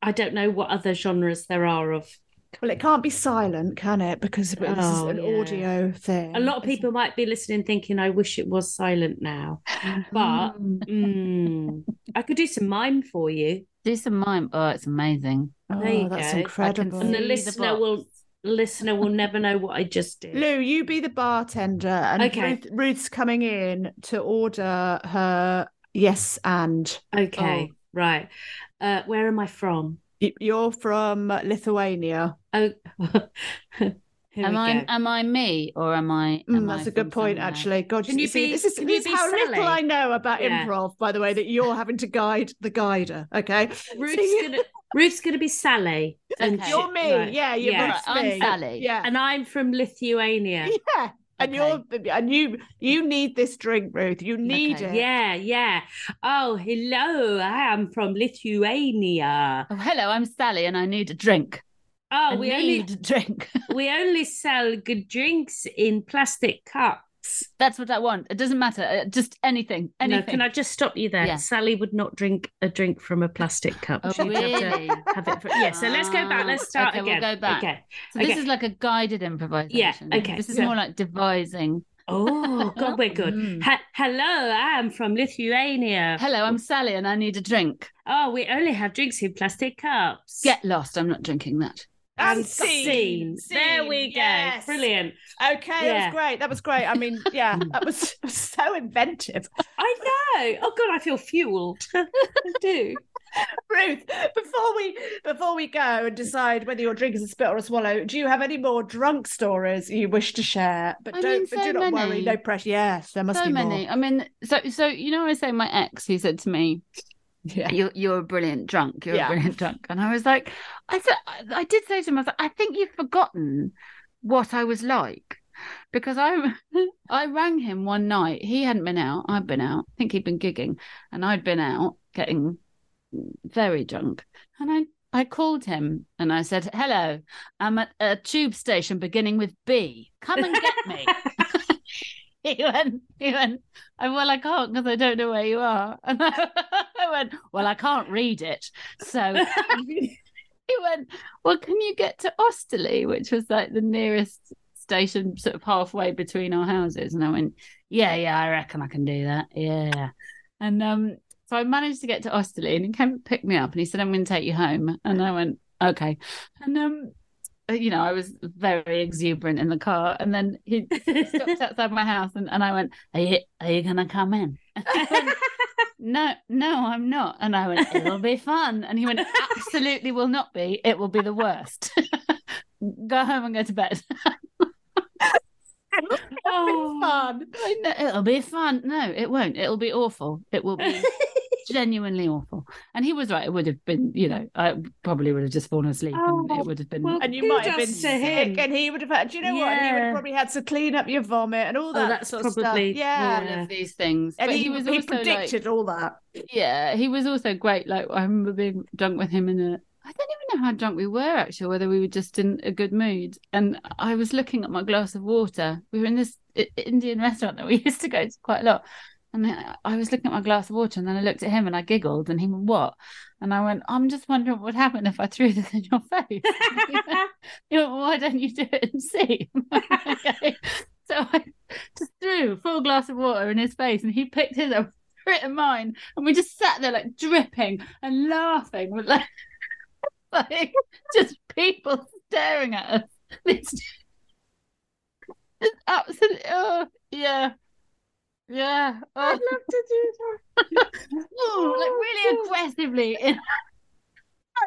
Speaker 1: I don't know what other genres there are of.
Speaker 2: Well, it can't be silent, can it? Because this is
Speaker 1: Oh,
Speaker 2: an
Speaker 1: yeah.
Speaker 2: audio thing.
Speaker 1: A lot of people might be listening thinking I wish it was silent now. But
Speaker 2: Hmm.
Speaker 3: Mm.
Speaker 1: mm, I could do some mime for you.
Speaker 3: do some mime. Oh, it's amazing.
Speaker 2: Oh,
Speaker 1: There you
Speaker 2: that's
Speaker 1: go. I can
Speaker 2: incredible.
Speaker 1: And the
Speaker 3: See the
Speaker 1: listener
Speaker 3: box.
Speaker 1: will listener will never know what I just did.
Speaker 2: Lou, you be the bartender, and
Speaker 1: Okay.
Speaker 2: Ruth, Ruth's coming in to order her yes and.
Speaker 1: Okay,
Speaker 3: Oh.
Speaker 1: right. Uh, where am I from?
Speaker 2: Y- You're from Lithuania.
Speaker 1: Oh, here we
Speaker 3: am I
Speaker 1: go.
Speaker 3: am I me or am I?
Speaker 2: Mm,
Speaker 3: am I
Speaker 2: that's a
Speaker 3: from
Speaker 2: good point,
Speaker 3: somewhere?
Speaker 2: actually. God,
Speaker 1: Can you
Speaker 2: see,
Speaker 1: be-
Speaker 2: this is,
Speaker 1: can you
Speaker 2: this is
Speaker 1: be
Speaker 2: how little
Speaker 1: Sally?
Speaker 2: I know about
Speaker 1: Yeah.
Speaker 2: improv, by the way, that you're having to guide the guider. Okay,
Speaker 1: Ruth's gonna Ruth's gonna be Sally, and
Speaker 3: Okay.
Speaker 2: you're me.
Speaker 1: Right.
Speaker 2: Yeah, you're
Speaker 1: Yeah.
Speaker 2: Ruth's
Speaker 3: Right, I'm
Speaker 2: me.
Speaker 3: Sally.
Speaker 2: Yeah,
Speaker 1: and I'm from Lithuania.
Speaker 2: yeah. And
Speaker 3: Okay.
Speaker 2: you're and you you need this drink, Ruth. You need
Speaker 3: Okay.
Speaker 2: it.
Speaker 1: Yeah, yeah. Oh, hello. I am from Lithuania.
Speaker 3: Oh, hello, I'm Sally, and I need a drink.
Speaker 1: Oh,
Speaker 3: I
Speaker 1: we
Speaker 3: need a drink.
Speaker 1: only we only sell good drinks in plastic cups.
Speaker 3: That's what I want. It doesn't matter. Uh, just anything.
Speaker 1: No,
Speaker 3: Anything.
Speaker 1: can I just stop you there?
Speaker 3: Yeah.
Speaker 1: Sally would not drink a drink from a plastic cup.
Speaker 3: Oh,
Speaker 1: She'd have to
Speaker 3: really? Ah,
Speaker 1: have it for- yeah. So let's go back. Let's start
Speaker 3: Okay, we'll
Speaker 1: again.
Speaker 3: go back.
Speaker 1: Okay.
Speaker 3: So
Speaker 1: Okay.
Speaker 3: this is like a guided improvisation.
Speaker 1: okay.
Speaker 3: This is
Speaker 1: Yeah.
Speaker 3: more like devising.
Speaker 1: Oh, God, we're good.
Speaker 3: Mm.
Speaker 1: Ha- hello, I am from Lithuania.
Speaker 3: Hello, I'm Sally, and I need a drink.
Speaker 1: Oh, we only have drinks in plastic cups.
Speaker 3: Get lost. I'm not drinking that.
Speaker 1: and scene. There we go.
Speaker 2: Yes.
Speaker 1: Brilliant.
Speaker 2: Okay, that
Speaker 1: Yeah.
Speaker 2: was great. That was great. I mean, yeah, that was so inventive.
Speaker 1: I know. Oh God, I feel fueled. I do.
Speaker 2: Ruth, before we before we go and decide whether your drink is a spit or a swallow, do you have any more drunk stories you wish to share? But
Speaker 3: I
Speaker 2: don't
Speaker 3: mean,
Speaker 2: but
Speaker 3: so
Speaker 2: do not worry,
Speaker 3: many.
Speaker 2: no pressure. Yes, there must
Speaker 3: so
Speaker 2: be
Speaker 3: many.
Speaker 2: more.
Speaker 3: I mean, so so you know, I say my ex who said to me,
Speaker 2: Yeah.
Speaker 3: "You're you're a brilliant drunk. You're
Speaker 2: Yeah.
Speaker 3: a brilliant drunk," and I was like, I said, I- I did say to him, I was like, I think you've forgotten what I was like because I I rang him one night. He hadn't been out. I'd been out. I think he'd been gigging, and I'd been out getting very drunk, and I. I called him and I said, "Hello, I'm at a tube station beginning with B. Come and get me." he went, he went, "Oh, well, I can't because I don't know where you are. And I, went, well, I can't read it. So
Speaker 1: Oh.
Speaker 3: he went, well, can you get to Osterley, which was like the nearest station, sort of halfway between our houses? And I went, yeah, yeah, I reckon I can do that. Yeah. And um, so I managed to get to Osterley and he came and picked me up and he said, I'm going to take you home. And I went, okay. And, um, you know, I was very exuberant in the car. And then he stopped outside my house and, and I went, Are you are you gonna come in? And I went, no, no, I'm not. And I went, It'll be fun. And he went, Absolutely will not be. It will be the worst. go home and go to bed.
Speaker 1: Oh,
Speaker 2: fun.
Speaker 3: I know, It'll be fun. No, it won't. It'll be awful. It will be genuinely awful. And he was right. It would have been, you know, I probably would have just fallen asleep and
Speaker 1: Oh,
Speaker 3: it would have been.
Speaker 1: well,
Speaker 2: And you might have been
Speaker 1: Kudos to
Speaker 2: sick,
Speaker 1: him.
Speaker 2: and he would have had. Do you know what? And he would
Speaker 1: Yeah.
Speaker 2: have probably had to clean up your vomit and
Speaker 3: Oh,
Speaker 2: all that
Speaker 1: that's
Speaker 2: sort of stuff.
Speaker 1: probably-
Speaker 2: Yeah.
Speaker 3: all of these things.
Speaker 2: And
Speaker 3: but
Speaker 2: he,
Speaker 3: he, was
Speaker 2: he
Speaker 3: also like,
Speaker 2: predicted all that.
Speaker 3: yeah, he was also great. Like I remember being drunk with him in a. I don't even know how drunk we were actually, whether we were just in a good mood. And I was looking at my glass of water. We were in this I- Indian restaurant that we used to go to quite a lot. And I, I was looking at my glass of water, and then I looked at him and I giggled, and he went, "What?" And I went, "I'm just wondering what would happen if I threw this in your face." He went, "Well, why don't you do it and see? okay. So I just threw a full glass of water in his face and he picked his up, threw it in mine, and we just sat there like dripping and laughing with like, like just people staring at us. It's just absolutely, oh, yeah. Yeah, I'd love to do that. like really aggressively. in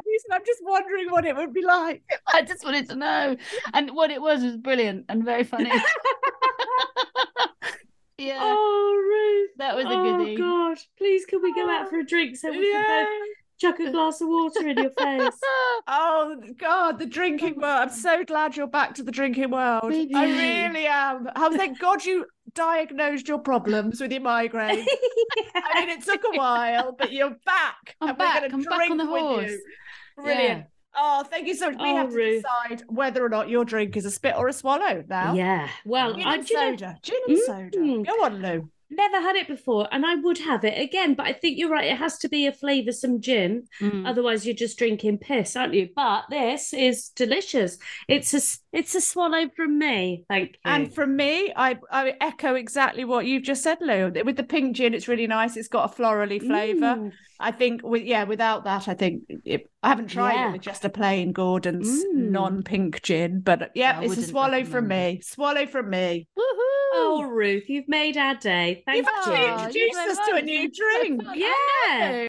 Speaker 2: Jason, I'm just wondering what it would be like.
Speaker 3: I just wanted to know. And what it was was brilliant and very funny. yeah,
Speaker 1: oh, Ruth.
Speaker 3: that was a
Speaker 1: Oh,
Speaker 3: goodie.
Speaker 1: God. Please, can we go out for a drink so we can both chuck a glass of water in your face?
Speaker 2: Oh God, the drinking world! I'm so glad you're back to the drinking world.
Speaker 3: Baby.
Speaker 2: I really am. How thank God you diagnosed your problems with your migraine. I mean, it took a while, but you're back.
Speaker 3: I'm
Speaker 2: and
Speaker 3: back.
Speaker 2: We're gonna
Speaker 3: I'm
Speaker 2: drink
Speaker 3: back on the
Speaker 2: with
Speaker 3: horse.
Speaker 2: You. Brilliant. Oh, thank you so much. We
Speaker 1: Oh,
Speaker 2: have to
Speaker 1: Ruth.
Speaker 2: decide whether or not your drink is a spit or a swallow now.
Speaker 1: Yeah. Well,
Speaker 2: Gin
Speaker 1: I
Speaker 2: and
Speaker 1: do you know,
Speaker 2: soda. Gin and
Speaker 1: Mm.
Speaker 2: soda. Go on, Lou.
Speaker 1: never had it before, and I would have it again. But I think you're right. It has to be a flavoursome gin.
Speaker 3: Mm.
Speaker 1: Otherwise, you're just drinking piss, aren't you? But this is delicious. It's a it's a swallow from me. Thank you.
Speaker 2: And from me, I, I echo exactly what you've just said, Lou. With the pink gin, it's really nice. It's got a florally flavour.
Speaker 1: Mm,
Speaker 2: I think with yeah, without that, I think it, I haven't tried
Speaker 1: Yeah.
Speaker 2: it with just a plain Gordon's
Speaker 1: Mm.
Speaker 2: non-pink gin, but uh, yeah,
Speaker 3: I
Speaker 2: it's a
Speaker 3: wouldn't
Speaker 2: swallow from
Speaker 3: recommend
Speaker 2: me. Swallow from me.
Speaker 3: Woohoo!
Speaker 1: Oh, Ruth, you've made our day. Thank
Speaker 2: You've
Speaker 1: you.
Speaker 2: actually
Speaker 3: Oh,
Speaker 2: introduced
Speaker 3: you're
Speaker 2: us
Speaker 3: so
Speaker 2: to a
Speaker 3: nice.
Speaker 2: new drink.
Speaker 1: yeah.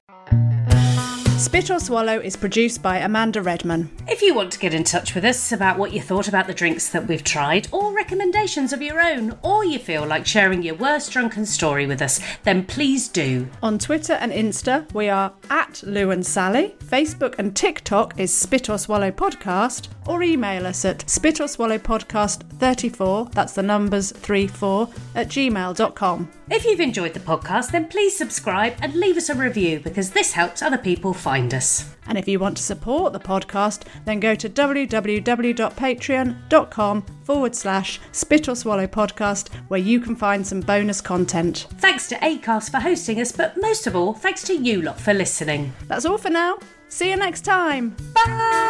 Speaker 4: Spit or Swallow is produced by Amanda Redman.
Speaker 5: If you want to get in touch with us about what you thought about the drinks that we've tried, or recommendations of your own, or you feel like sharing your worst drunken story with us, then please do.
Speaker 4: On Twitter and Insta, we are at Lou and Sally. Facebook and TikTok is Spit or Swallow Podcast, or email us at spit or swallow podcast 34, that's the numbers 34, at gmail.com.
Speaker 5: If you've enjoyed the podcast, then please subscribe and leave us a review because this helps other people find us.
Speaker 4: And if you want to support the podcast, then go to www.patreon.com forward slash spit or swallow podcast, where you can find some bonus content.
Speaker 5: Thanks to ACAST for hosting us, but most of all, thanks to you lot for listening.
Speaker 4: That's all for now. See you next time.
Speaker 5: Bye!